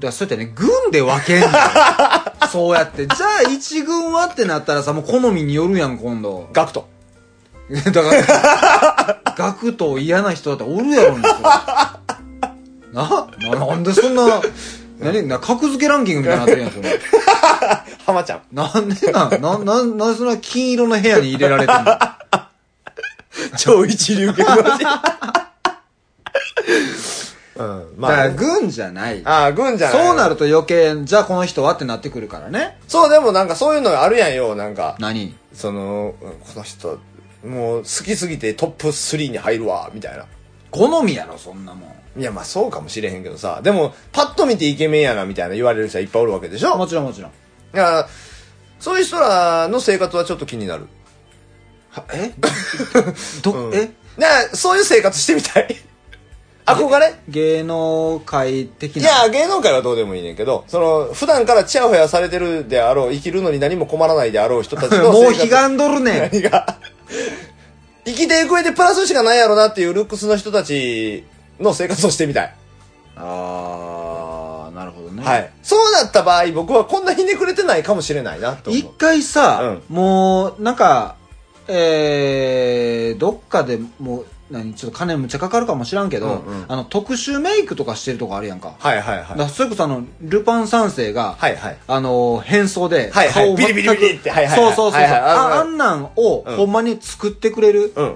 Speaker 4: らそうやってね、軍で分けんの そうやって。じゃあ一軍はってなったらさ、もう好みによるやん、今度。
Speaker 5: ガクト。
Speaker 4: だから、学徒嫌な人だっておるやろに。な、 な、なんでそんな、何な、格付けランキングみたいになってるやん、それ。
Speaker 5: 浜ちゃん。
Speaker 4: なんでなん、 なん、なん、なんでそんな金色の部屋に入れられてん の
Speaker 5: 超一流芸能人。 うん、
Speaker 4: だ
Speaker 5: ま
Speaker 4: か
Speaker 5: あ
Speaker 4: ら
Speaker 5: ね、
Speaker 4: 軍じゃない。
Speaker 5: ああ、軍じゃない。
Speaker 4: そうなると余計、じゃあこの人はってなってくるからね。
Speaker 5: そう、でもなんかそういうのがあるやんよ、なんか。
Speaker 4: 何
Speaker 5: その、うんこの人、もう好きすぎてトップ3に入るわ、みたいな。
Speaker 4: 好みやろ、そんなもん。
Speaker 5: いや、まあそうかもしれへんけどさ。でも、パッと見てイケメンやな、みたいな言われる人はいっぱいおるわけでしょ
Speaker 4: もちろんもちろん。
Speaker 5: いや、そういう人らの生活はちょっと気になる。
Speaker 4: は えど、
Speaker 5: うん
Speaker 4: え
Speaker 5: だからそういう生活してみ たい。憧れ
Speaker 4: 芸能界的
Speaker 5: い
Speaker 4: な。
Speaker 5: や、芸能界はどうでもいいねんけど、その、普段からチヤホヤされてるであろう、生きるのに何も困らないであろう人たちの
Speaker 4: もう
Speaker 5: 生活。
Speaker 4: 悲願どるねん。
Speaker 5: 何が。 生きていく上でプラスしかないやろなっていうルックスの人たちの生活をしてみたい。
Speaker 4: あー、なるほどね。
Speaker 5: はい。そうなった場合、僕はこんなひねくれてないかもしれないな、と
Speaker 4: 一
Speaker 5: 思う。
Speaker 4: 回さ、もう、なんか、えー、どっかでもう、何、ちょっと金むっちゃかかるかもしらんけど、
Speaker 5: うんうん
Speaker 4: あの、特殊メイクとかしてるとこあるやんか。
Speaker 5: はいはい
Speaker 4: だ
Speaker 5: は
Speaker 4: から
Speaker 5: い。
Speaker 4: それこそあの、ルパン三世が、
Speaker 5: はいはい。
Speaker 4: あの、変装で、
Speaker 5: はいはい
Speaker 4: 顔を全
Speaker 5: ビ
Speaker 4: く
Speaker 5: リビリビリってはいはい
Speaker 4: そうそうそうそう。
Speaker 5: はいはいあの
Speaker 4: ああんなんを、
Speaker 5: うん
Speaker 4: ほんまに作ってくれる、
Speaker 5: うん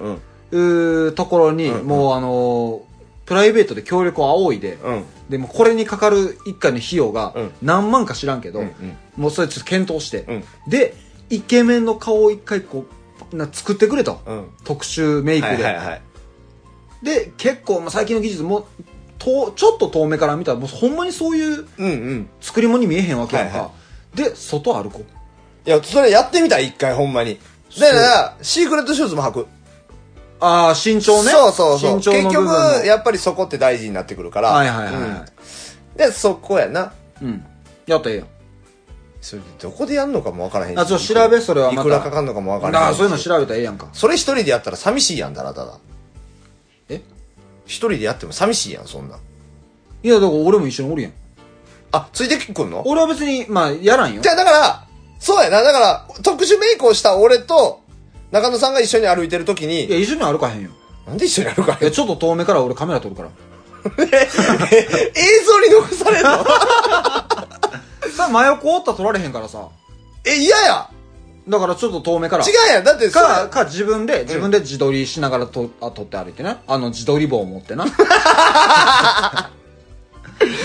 Speaker 5: うん。
Speaker 4: うーところに、
Speaker 5: うんうん
Speaker 4: もうあのプライベートで協力を仰いで、
Speaker 5: うん。
Speaker 4: でもうこれにかかる一回の費用が
Speaker 5: うん
Speaker 4: 何万か知らんけど、
Speaker 5: うんうん
Speaker 4: もうそれちょっと検討して、
Speaker 5: うん
Speaker 4: でイケメンの顔を一回こうな作ってくれと、
Speaker 5: うん。
Speaker 4: 特殊メイク
Speaker 5: は
Speaker 4: で、
Speaker 5: いはいはい。
Speaker 4: で結構、まあ、最近の技術もとちょっと遠目から見たらもうほんまにそういう
Speaker 5: うんうん。
Speaker 4: 作り物に見えへんわけやんか、
Speaker 5: はいは
Speaker 4: で外歩こう
Speaker 5: いや、それやってみたい、一回、ほんまに。だから、シークレットシューズも履く。
Speaker 4: ああ身長ね
Speaker 5: そうそうそう。
Speaker 4: 身長の
Speaker 5: 結
Speaker 4: 部分
Speaker 5: 局
Speaker 4: も、
Speaker 5: やっぱりそこって大事になってくるから。
Speaker 4: はいはいはいは
Speaker 5: うんで、そこやな。
Speaker 4: い、うんやったらええやん
Speaker 5: それどこでやんのかもわからへんし
Speaker 4: あちょっと調べそれはまた
Speaker 5: いくらかかんのかもわ
Speaker 4: だ
Speaker 5: か
Speaker 4: から
Speaker 5: へん
Speaker 4: ら
Speaker 5: し
Speaker 4: そういうの調べたらええやんか
Speaker 5: それ一人でやったら寂しいやんだらただ
Speaker 4: え
Speaker 5: 一人でやっても寂しいやんそんなん
Speaker 4: いやだから俺も一緒におるやん
Speaker 5: あついてくんの
Speaker 4: 俺は別にまあやらんよ
Speaker 5: じゃあだからそうやなだから特殊メイクをした俺と中野さんが一緒に歩いてる時
Speaker 4: いや
Speaker 5: に
Speaker 4: 一緒には歩かへんよ
Speaker 5: なんで一緒に歩か
Speaker 4: い
Speaker 5: へん
Speaker 4: やちょっと遠目から俺カメラ撮るから
Speaker 5: 映像に残されんの
Speaker 4: さ真横おったら撮られへんからさ
Speaker 5: え嫌や
Speaker 4: だからちょっと遠目から
Speaker 5: 違うやんだってそれ
Speaker 4: かか自分で自分で自撮りしながらとあ撮って歩いてねあの自撮り棒を 持ってな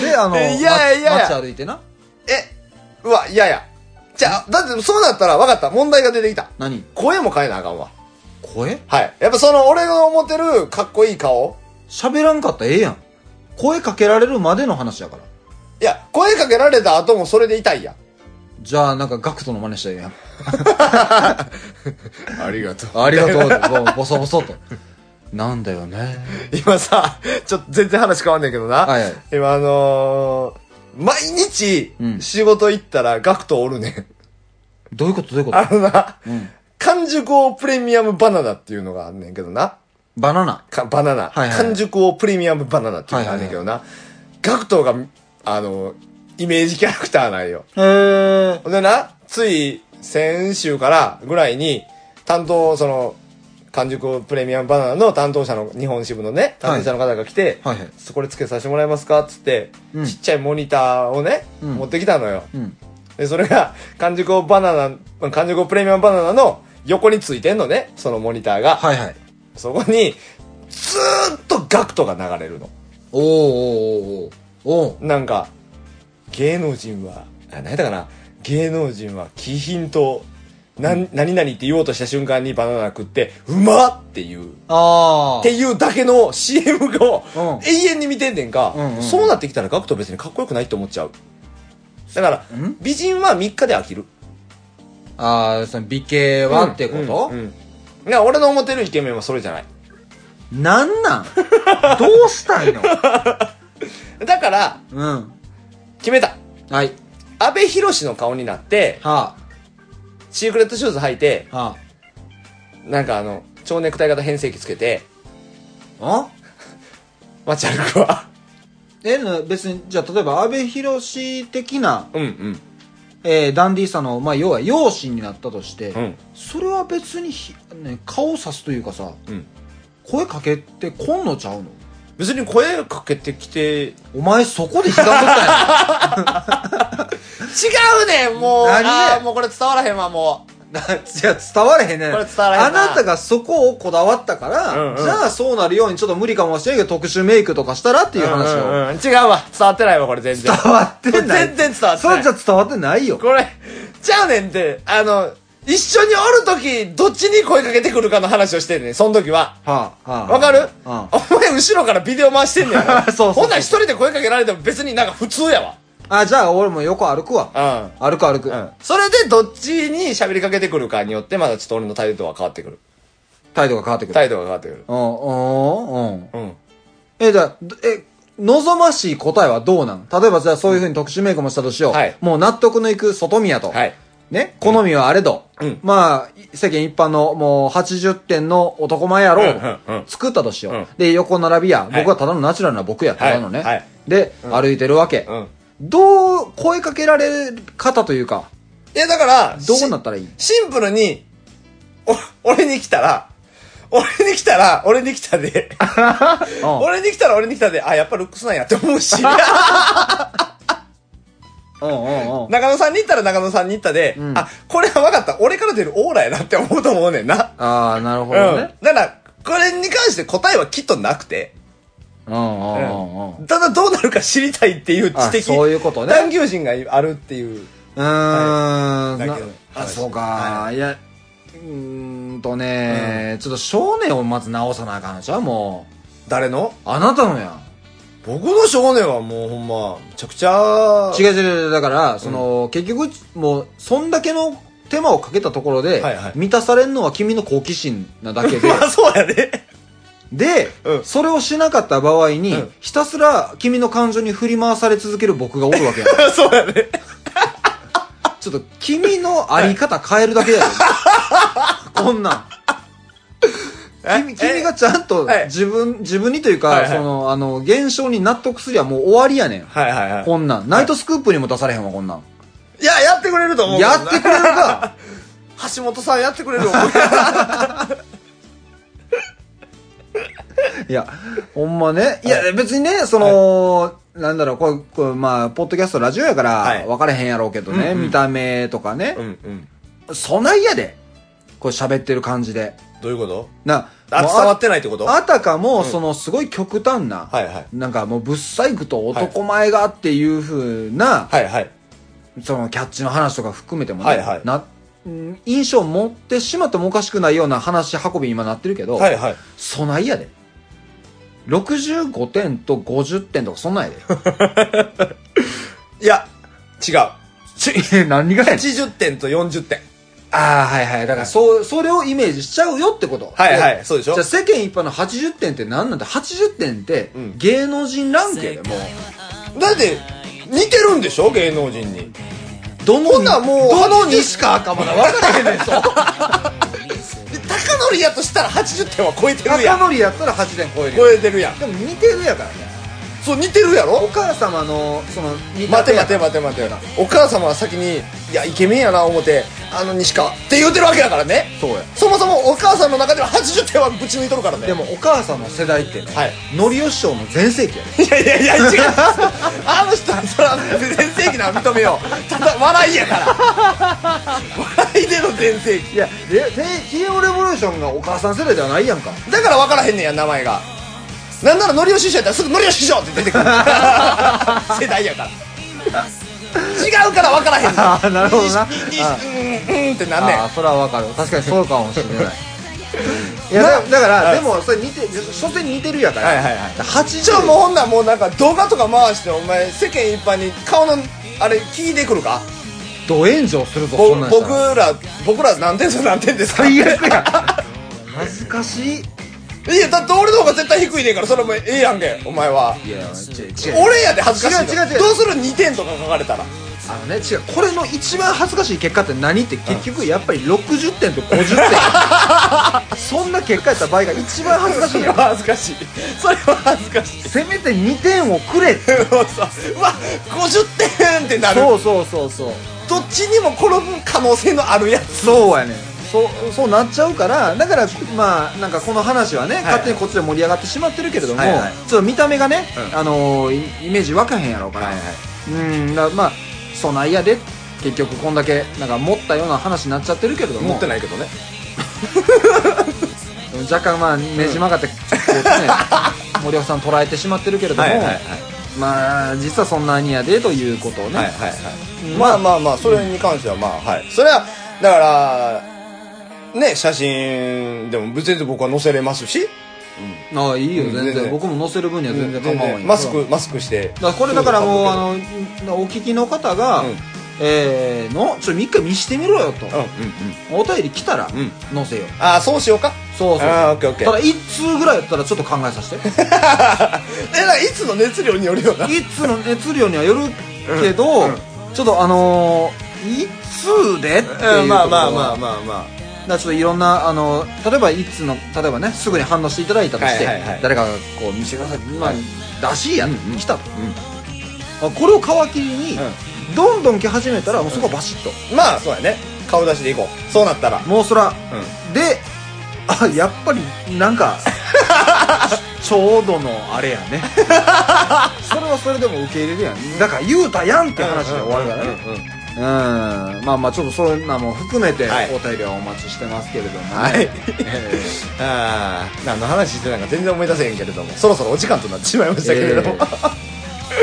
Speaker 4: であの
Speaker 5: えいやいやいや
Speaker 4: 街街歩いてな
Speaker 5: えうわ嫌やじゃあだってそうなったら分かった問題が出てきた
Speaker 4: 何
Speaker 5: 声も変えなあかんわ
Speaker 4: 声
Speaker 5: はいやっぱその俺の思ってるかっこいい顔
Speaker 4: 喋らんかったらええやん声かけられるまでの話やから
Speaker 5: いや声かけられた後もそれで痛いやん
Speaker 4: じゃあなんかガクトの真似したらええやん
Speaker 5: ありがとう
Speaker 4: ありがとう ってこうボソボソとなんだよね
Speaker 5: 今さ、ちょっと全然話変わんねんけどな。
Speaker 4: はいはい
Speaker 5: 今あのー、毎日
Speaker 4: うん、
Speaker 5: 仕事行ったらガクトおるねん。
Speaker 4: どういうことどういうこと
Speaker 5: あのな、
Speaker 4: うん
Speaker 5: 完熟王プレミアムバナナっていうのがあんねんけどな。
Speaker 4: バナナ。
Speaker 5: かバナナ。
Speaker 4: はいはい
Speaker 5: 完熟王プレミアムバナナっていうのがあんねんけどな。ガクトが、あの、イメージキャラクターなんよ。
Speaker 4: へえ。
Speaker 5: ほんでな、つい先週からぐらいに、担当、その、完熟プレミアムバナナの担当者の、日本支部のね、担当者の方が来て、
Speaker 4: はいはい。
Speaker 5: そこでつけさせてもらえますかっつって、
Speaker 4: うん
Speaker 5: ちっちゃいモニターをね、
Speaker 4: うん
Speaker 5: 持ってきたのよ。
Speaker 4: うん。
Speaker 5: で、それが、完熟王バナナ、完熟王プレミアムバナナの横についてんのね、そのモニターが。
Speaker 4: はいはい。
Speaker 5: そこに、ずーっとガクトが流れるの。
Speaker 4: おーおーおーおーおー
Speaker 5: なんか、芸能人は、あ、何やったかな芸能人は気品と、なん、何々って言おうとした瞬間にバナナ食って、うまっっていう。
Speaker 4: あ
Speaker 5: っ
Speaker 4: あ
Speaker 5: て。いうだけの CM を
Speaker 4: うん
Speaker 5: 永遠に見てんねんか、
Speaker 4: うんうん
Speaker 5: そうなってきたらガクト別にかっこよくないって思っちゃうだから
Speaker 4: ん
Speaker 5: 美人は3日で飽きる
Speaker 4: ああ、その美形はってこと、
Speaker 5: うんうんだから俺の思ってるイケメンはそれじゃない
Speaker 4: なん なんどうしたいの
Speaker 5: だから
Speaker 4: うん。
Speaker 5: 決めた
Speaker 4: はい。
Speaker 5: 阿部寛の顔になって
Speaker 4: は
Speaker 5: シークレットシューズ履いて
Speaker 4: あ。は
Speaker 5: なんかあの蝶ネクタイ型変声機つけて
Speaker 4: あ。ん
Speaker 5: 街歩くわ
Speaker 4: え、な別に、じゃあ、例えば、安倍博的な、
Speaker 5: うんうん
Speaker 4: えー、ダンディーさの、まあ、要は、養子になったとして、
Speaker 5: うん
Speaker 4: それは別にひ、ね、顔をさすというかさ、
Speaker 5: うん
Speaker 4: 声かけてこんのちゃうの
Speaker 5: 別に声かけてきて違
Speaker 4: お前、そこで膝ぶったんや
Speaker 5: うねんもう
Speaker 4: 何や
Speaker 5: あーもうこれ伝わらへんわもう
Speaker 4: なじゃあ伝われへんね
Speaker 5: これ伝わらへんな
Speaker 4: あなたがそこをこだわったから、
Speaker 5: うんうん
Speaker 4: じゃあそうなるようにちょっと無理かもしれんけど特殊メイクとかしたらっていう話を、
Speaker 5: うんうんうん違うわ伝わってないわこれ全然
Speaker 4: 伝わってない
Speaker 5: 全然伝わってない
Speaker 4: それじゃ伝わってないよ
Speaker 5: これ、ちゃうねんって、あの、一緒におる時どっちに声かけてくるかの話をしてんねんその時は
Speaker 4: はあ、はあ。
Speaker 5: わかる
Speaker 4: うん。あ
Speaker 5: お前後ろからビデオ回してんねんやろ
Speaker 4: そうそうそう
Speaker 5: ほんなら一人で声かけられても別になんか普通やわ
Speaker 4: あ、じゃあ俺も横歩くわ。
Speaker 5: うん
Speaker 4: 歩く歩く。
Speaker 5: それでどっちに喋りかけてくるかによってまだちょっと俺の態度は変わってくる
Speaker 4: 態度が変わってくる。
Speaker 5: 態度が変わってくる
Speaker 4: うん、うん、うん。
Speaker 5: うん
Speaker 4: え、じゃあ、どえ、望ましい答えはどうなん例えばじゃあそういうふうに特殊メイクもしたとしよう。
Speaker 5: はい
Speaker 4: もう納得のいく外見やと。
Speaker 5: はい
Speaker 4: ね、好みはあれど。
Speaker 5: うん
Speaker 4: まあ、世間一般のもう80点の男前やろ
Speaker 5: うんうんうん
Speaker 4: 作ったとしよう。
Speaker 5: うん
Speaker 4: で、横並びや。
Speaker 5: い
Speaker 4: 僕はただのナチュラルな僕や。ただのね。
Speaker 5: はいはい
Speaker 4: で、歩いてるわけ。
Speaker 5: うん
Speaker 4: どう、声かけられ方というか、
Speaker 5: いやだから
Speaker 4: どうなったらいい
Speaker 5: シンプルに、お、俺に来たら、俺に来たら、俺に来たで、
Speaker 4: うん
Speaker 5: 俺に来たら俺に来たで、あ、やっぱルックスなんやって思う し、
Speaker 4: うんうんうん。
Speaker 5: 中野さんに行ったら中野さんに行ったで、
Speaker 4: うん
Speaker 5: あ、これは分かった。俺から出るオーラやなって思うと思うねんな。
Speaker 4: ああ、なるほ
Speaker 5: うん。
Speaker 4: ど
Speaker 5: だ
Speaker 4: ね。
Speaker 5: から、これに関して答えはきっとなくて、
Speaker 4: うんうんうんうん。
Speaker 5: ただどうなるか知りたいっていう知的、
Speaker 4: あそういうことね
Speaker 5: 探求心があるっていう。
Speaker 4: うーん、
Speaker 5: はい
Speaker 4: な
Speaker 5: だけど
Speaker 4: あ
Speaker 5: はい
Speaker 4: そうか、、
Speaker 5: はい
Speaker 4: やうーんとね、ちょっと少年をまず直さなあかんのちゃうも
Speaker 5: 誰の
Speaker 4: うあなたのやん
Speaker 5: 僕の少年はもうほんま、めちゃくちゃ、
Speaker 4: 違う違う違うだからその、結局もうそんだけの手間をかけたところで、
Speaker 5: はいはい
Speaker 4: 満たされるのは君の好奇心なだ けで
Speaker 5: まあそうやね。
Speaker 4: で、
Speaker 5: うん
Speaker 4: それをしなかった場合に、
Speaker 5: うん
Speaker 4: ひたすら君の感情に振り回され続ける僕がおる わけやん
Speaker 5: そうやね。
Speaker 4: ちょっと君のあり方変えるだ けやでこんなん君君がちゃんと
Speaker 5: はい
Speaker 4: 自分、自分にというか、
Speaker 5: はいはい
Speaker 4: その、あの、現象に納得すりゃもう終わりやねん。
Speaker 5: はいはいはい。
Speaker 4: こんなん。ナイトスクープにも出されへんわ、こんなん。
Speaker 5: いや、やってくれると思うけど
Speaker 4: や
Speaker 5: な。
Speaker 4: ってくれ るか
Speaker 5: 橋本さんやってくれる 思うけどな
Speaker 4: いや、ほんまね。いや、別にね、その、なんだろう、これ、これまあ、ポッドキャストラジオやか
Speaker 5: は
Speaker 4: ら、
Speaker 5: い
Speaker 4: 分かれへんやろうけどね、
Speaker 5: うんうん
Speaker 4: 見た目とかね
Speaker 5: う。んうん。
Speaker 4: そないやで。これ喋ってる感じで。
Speaker 5: どういうこと
Speaker 4: な、
Speaker 5: あ、
Speaker 4: もう
Speaker 5: 伝わってないってこと
Speaker 4: あたかも、その、すごい極端な、
Speaker 5: はいはい
Speaker 4: なんかもう、ぶっさいくと男前がっていう風な、
Speaker 5: はいはい。
Speaker 4: そのキャッチの話とか含めてもね、
Speaker 5: はいはい
Speaker 4: なうん印象を持ってしまってもおかしくないような話運びに今なってるけど、
Speaker 5: はいはい。
Speaker 4: そないやで。65点と50点とかそんなんや
Speaker 5: いや、違う。
Speaker 4: で。 何がやねん。
Speaker 5: 80点と40点。
Speaker 4: ああ、はいはい。だから、そう、それをイメージしちゃうよってこと。
Speaker 5: はいはいそうでしょ
Speaker 4: じゃあ世間一般の80点って何なんだ ?80 点って
Speaker 5: うん
Speaker 4: 芸能人ランクやで、もう。
Speaker 5: だって、似てるんでしょ芸能人に。
Speaker 4: どの、
Speaker 5: ほんならもう
Speaker 4: どのにしか赤まだ分からへ んねん、 そう。
Speaker 5: で、高典やとしたら80点は超えてるや
Speaker 4: 赤
Speaker 5: ん。
Speaker 4: 森やったら8点超えるよ。
Speaker 5: 超えてるやん。
Speaker 4: でも似てるやからね。
Speaker 5: そう、似てるや
Speaker 4: お
Speaker 5: ろ
Speaker 4: 母様のその見
Speaker 5: 待て待て
Speaker 4: て
Speaker 5: 待て待て。お母様は先に、いや、イケメンやな、思て、あの、西川って言うてるわけだからね。
Speaker 4: そうや
Speaker 5: そもそもお母さんの中では80点はぶち抜いとるからね。
Speaker 4: でもお母さんの世代ってね、
Speaker 5: はい
Speaker 4: のりお師匠の全盛期やね
Speaker 5: いやいやいや違うあの人それは全盛期なの認めようただ笑いやから笑いでの全盛期
Speaker 4: いやででヒーローレボリューションがお母さん世代ではないやんか
Speaker 5: だから分からへんねんや名前がなんならのりお師匠やったらすぐ「のりお師匠!」って出てくる世代やから違うから分からへんねん
Speaker 4: あーなるほどな
Speaker 5: ににうんうんってなんねん
Speaker 4: ああそれはわかる確かにそうかもしれない いやだだから、
Speaker 5: はい
Speaker 4: でもそれ似て所詮似てるやから、
Speaker 5: はいはいはい
Speaker 4: 8
Speaker 5: じゃあもうほんならもうなんか動画とか回してお前世間一般に顔のあれ聞いてくるか
Speaker 4: ど炎上するぞ
Speaker 5: ぼ
Speaker 4: そんなんした
Speaker 5: 僕
Speaker 4: ら
Speaker 5: ら僕ら何点です何点ですか
Speaker 4: 最悪や恥ずかしい
Speaker 5: いや、だって俺の方が絶対低いねんから、それもええやんけ、お前は。
Speaker 4: いや違う違う
Speaker 5: 俺やで恥ずかしいの。
Speaker 4: 違う違う違う
Speaker 5: どうする2点とか書かれたら。
Speaker 4: あのね違うこれの一番恥ずかしい結果って何って結 局やっぱり60点と50点 そんな結果やった場合が一番恥ずかし
Speaker 5: そ
Speaker 4: い
Speaker 5: れ
Speaker 4: よ
Speaker 5: は恥ずかしい。それは恥ずかしい。
Speaker 4: せめて2点をくれ って
Speaker 5: そうそううわ、50点ってなる。
Speaker 4: そうそうそうそう
Speaker 5: どっちにも転ぶ可能性のあるやつ。
Speaker 4: そうやねんそうそうなっちゃうからだからまあなんかこの話はね、
Speaker 5: い
Speaker 4: 勝手にこっちで盛り上がってしまってるけれども、
Speaker 5: はいはい
Speaker 4: ちょっと見た目がね、
Speaker 5: うん
Speaker 4: あのーイイメージ湧かへんやろうから、うんだからまあそないやで結局こんだけなんか持ったような話になっちゃってるけれども
Speaker 5: 持ってないけどね。
Speaker 4: 若干まあねじ曲がって、こうね 森岡さん捉えてしまってるけれども、まあ実はそんなにやでということをね、
Speaker 5: はいはいまあまあまあ、それに関してはまあ、はい。それは、だから、ね、写真でも別に僕は載せれますし、
Speaker 4: ああいいよ
Speaker 5: うん
Speaker 4: 全
Speaker 5: 全
Speaker 4: 然
Speaker 5: 然
Speaker 4: 僕も載せる分には全然構わない
Speaker 5: マスク、マスクして。
Speaker 4: だからこれだからもうあのお聞きの方が、
Speaker 5: うん
Speaker 4: えーのちょっと一回見してみろよと、
Speaker 5: うんうんうん。
Speaker 4: お便り来たら
Speaker 5: ん
Speaker 4: 載せよう、
Speaker 5: ああ、そうしようか。
Speaker 4: そうそう
Speaker 5: ああ、オッケーオッケ
Speaker 4: ただ
Speaker 5: ー。
Speaker 4: 一通ぐらいやったらちょっと考えさせて
Speaker 5: えらい、いつの熱量によるよな。
Speaker 4: 一通の熱量にはよるけど、
Speaker 5: うんうん
Speaker 4: ちょっとあのー、一通でっていうところは、
Speaker 5: うんまあまあまあまあまあ。
Speaker 4: だからちょっといろんなあの例えばいつの例えばねすぐに反応していただいたとして、
Speaker 5: はいはいはい
Speaker 4: 誰かがこう見せてください、まあ
Speaker 5: はい
Speaker 4: らしいやん、
Speaker 5: うんうん
Speaker 4: 来たと、あこれを皮切りに、どんどん来始めたらもうそこはバシッと、
Speaker 5: まあ、そうやね。顔出しでいこう。そうなったら。
Speaker 4: もうそら、
Speaker 5: う
Speaker 4: であやっぱりなん かちょうどのあれやねそれはそれでも受け入れるやんだから言うたやんって話で終わるからね
Speaker 5: うんうんうん
Speaker 4: うんまあまあちょっとそういうのも含めて
Speaker 5: はい
Speaker 4: お便りはお待ちしてますけれどもね、
Speaker 5: はい
Speaker 4: えー
Speaker 5: ああ、何の話してたのか全然思い出せへんけれども、そろそろお時間となってしまいましたけれ ども。
Speaker 4: え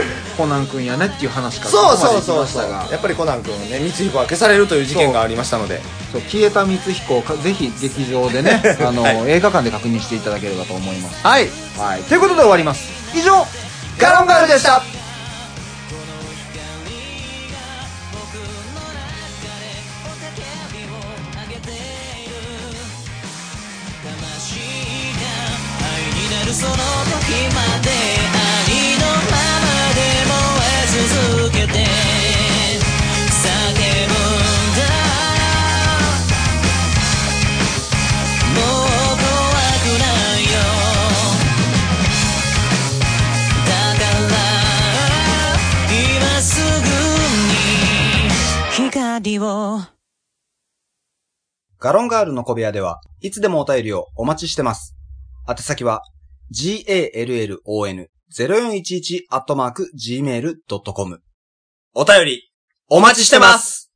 Speaker 4: コナン君やねっていう話から
Speaker 5: そう
Speaker 4: ここま
Speaker 5: そう
Speaker 4: で行き
Speaker 5: そう
Speaker 4: まし
Speaker 5: そう
Speaker 4: たが
Speaker 5: やっぱりコナン君ね光彦は消されるという事件がありましたので
Speaker 4: そう消えた光彦をかぜひ劇場でねあ の、
Speaker 5: はい
Speaker 4: 映画館で確認していただければと思います
Speaker 5: はい
Speaker 4: はいということで終わります以上
Speaker 5: ガロンガールでした
Speaker 6: 今すぐに光を
Speaker 7: ガロンガールの小部屋では、いつでもお便りをお待ちしてます。宛先は、gallon0411-gmail.com。お便り、お待ちしてます